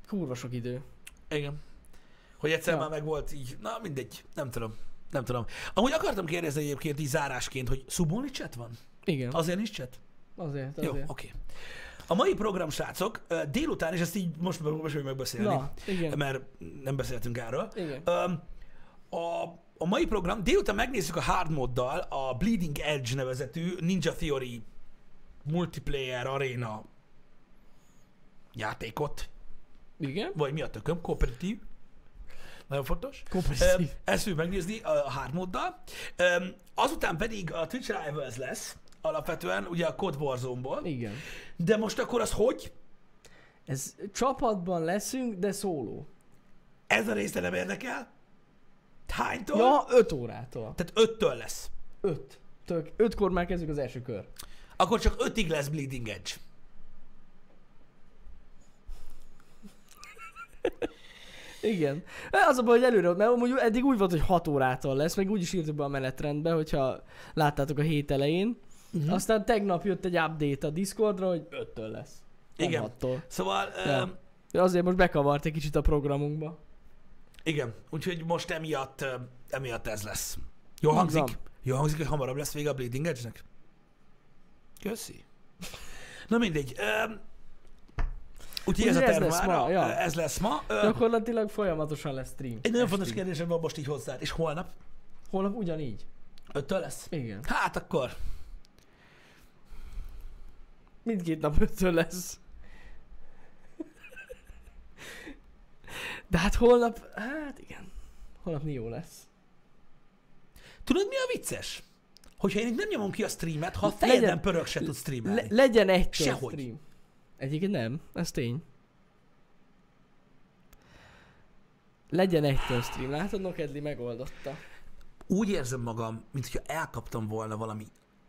Speaker 2: Kurva sok idő.
Speaker 1: Igen. Hogy egyszer
Speaker 2: Ja.
Speaker 1: már meg volt így, na mindegy, nem tudom. Nem tudom. Amúgy akartam kérdezni egyébként így zárásként, hogy szubóni chat van?
Speaker 2: Igen,
Speaker 1: Azért nincs chat?
Speaker 2: azért,
Speaker 1: Jó, oké.
Speaker 2: azért.
Speaker 1: Okay. A mai program, srácok, ö, délután, és ezt így most most fogjuk megbeszélni,
Speaker 2: Na, igen.
Speaker 1: mert nem beszéltünk erről.
Speaker 2: Igen.
Speaker 1: Öm, A, a mai program, délután megnézzük a hard moddal a Bleeding Edge nevezetű Ninja Theory multiplayer arena játékot,
Speaker 2: Igen?
Speaker 1: vagy mi a tököm, kooperatív. Nagyon fontos.
Speaker 2: Kooperatív.
Speaker 1: Ö, Ezt fogjuk megnézni ö, a hard moddal. Öm, Azután pedig a Twitch Rivals lesz, alapvetően ugye a Code Warzone-ból.
Speaker 2: Igen.
Speaker 1: De most akkor az hogy?
Speaker 2: Ez csapatban leszünk, de szóló.
Speaker 1: Ez a része nem érdekel? Hánytól?
Speaker 2: Ja, 5 órától.
Speaker 1: Tehát öttől lesz.
Speaker 2: 5. Tök, 5-kor már kezdjük az első kör.
Speaker 1: Akkor csak ötig lesz Bleeding Edge.
Speaker 2: Igen. E, Az a baj, hogy előre, mert amúgy eddig úgy volt, hogy 6 órától lesz, meg úgy is írtuk be a menetrendbe, hogyha láttátok a hét elején.
Speaker 1: Mhm.
Speaker 2: Uh-huh. Aztán tegnap jött egy update a Discordra, hogy 5-től lesz. Nem
Speaker 1: Igen.
Speaker 2: 6-tól.
Speaker 1: Szóval, ja.
Speaker 2: Ja. De Azért most bekavart egy kicsit a programunkba.
Speaker 1: igen, úgyhogy most emiatt, ö, emiatt ez lesz. Jól hangzik?
Speaker 2: van.
Speaker 1: Jól hangzik, hogy hamarabb lesz vége a Bleeding Edge-nek? Köszi. Na mindegy. Ö, úgyhogy ez a
Speaker 2: Úgyhogy ez
Speaker 1: terv
Speaker 2: lesz
Speaker 1: mára,
Speaker 2: ma, ja.
Speaker 1: ö, ez lesz ma. Ö,
Speaker 2: Gyakorlatilag folyamatosan lesz stream.
Speaker 1: Egy nagyon
Speaker 2: Estig.
Speaker 1: fontos kérdésem van most így hozzád, és holnap?
Speaker 2: Holnap ugyanígy.
Speaker 1: Öttől lesz?
Speaker 2: Igen.
Speaker 1: Hát akkor.
Speaker 2: Mindkét nap 5-től lesz. De hát holnap, hát igen. Holnap Nio lesz.
Speaker 1: Tudod, mi a vicces? Hogyha én itt nem nyomom ki a streamet, ha a
Speaker 2: Legyen-
Speaker 1: fejeden pörög, se tudsz streamelni.
Speaker 2: Le- legyen egy
Speaker 1: Sehogy.
Speaker 2: stream. Egyébként nem, ez tény. Legyen egy stream. Látod, Nokedli megoldotta.
Speaker 1: úgy érzem magam, mint hogyha elkaptam volna valami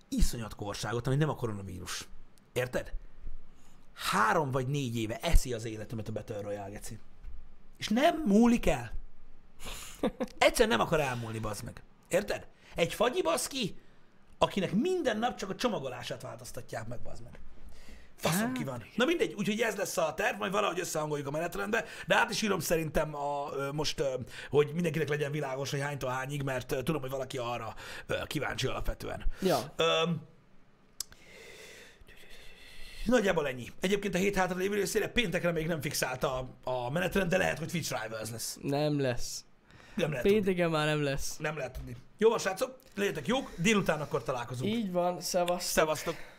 Speaker 1: iszonyat korságot, ami nem a koronavírus. Érted? Három vagy négy éve eszi az életemet a Battle Royale, geci. És nem múlik el. Egyszer nem akar elmúlni, bazd meg. Érted? Egy fagyi baszki, akinek minden nap csak a csomagolását változtatják meg, bazd meg. Faszom ki van. Na mindegy, úgyhogy ez lesz a terv, majd valahogy összehangoljuk a menetrendbe, de át is írom szerintem a, ö, most, ö, hogy mindenkinek legyen világos, hogy hánytól hányig, mert ö, tudom, hogy valaki arra ö, kíváncsi alapvetően.
Speaker 2: Ja.
Speaker 1: Öm, Nagyjából ennyi. Egyébként a hét hátra lévő részére péntekre még nem fixálta a, a menetrend, de lehet, hogy Twitch Rivals lesz.
Speaker 2: Nem lesz.
Speaker 1: Nem lehet tudni.
Speaker 2: Pénteken már nem lesz.
Speaker 1: Nem lehet tudni. Jó, van, srácok, legyetek jók, délután akkor találkozunk.
Speaker 2: Így van, szevasz.
Speaker 1: Szevasztok!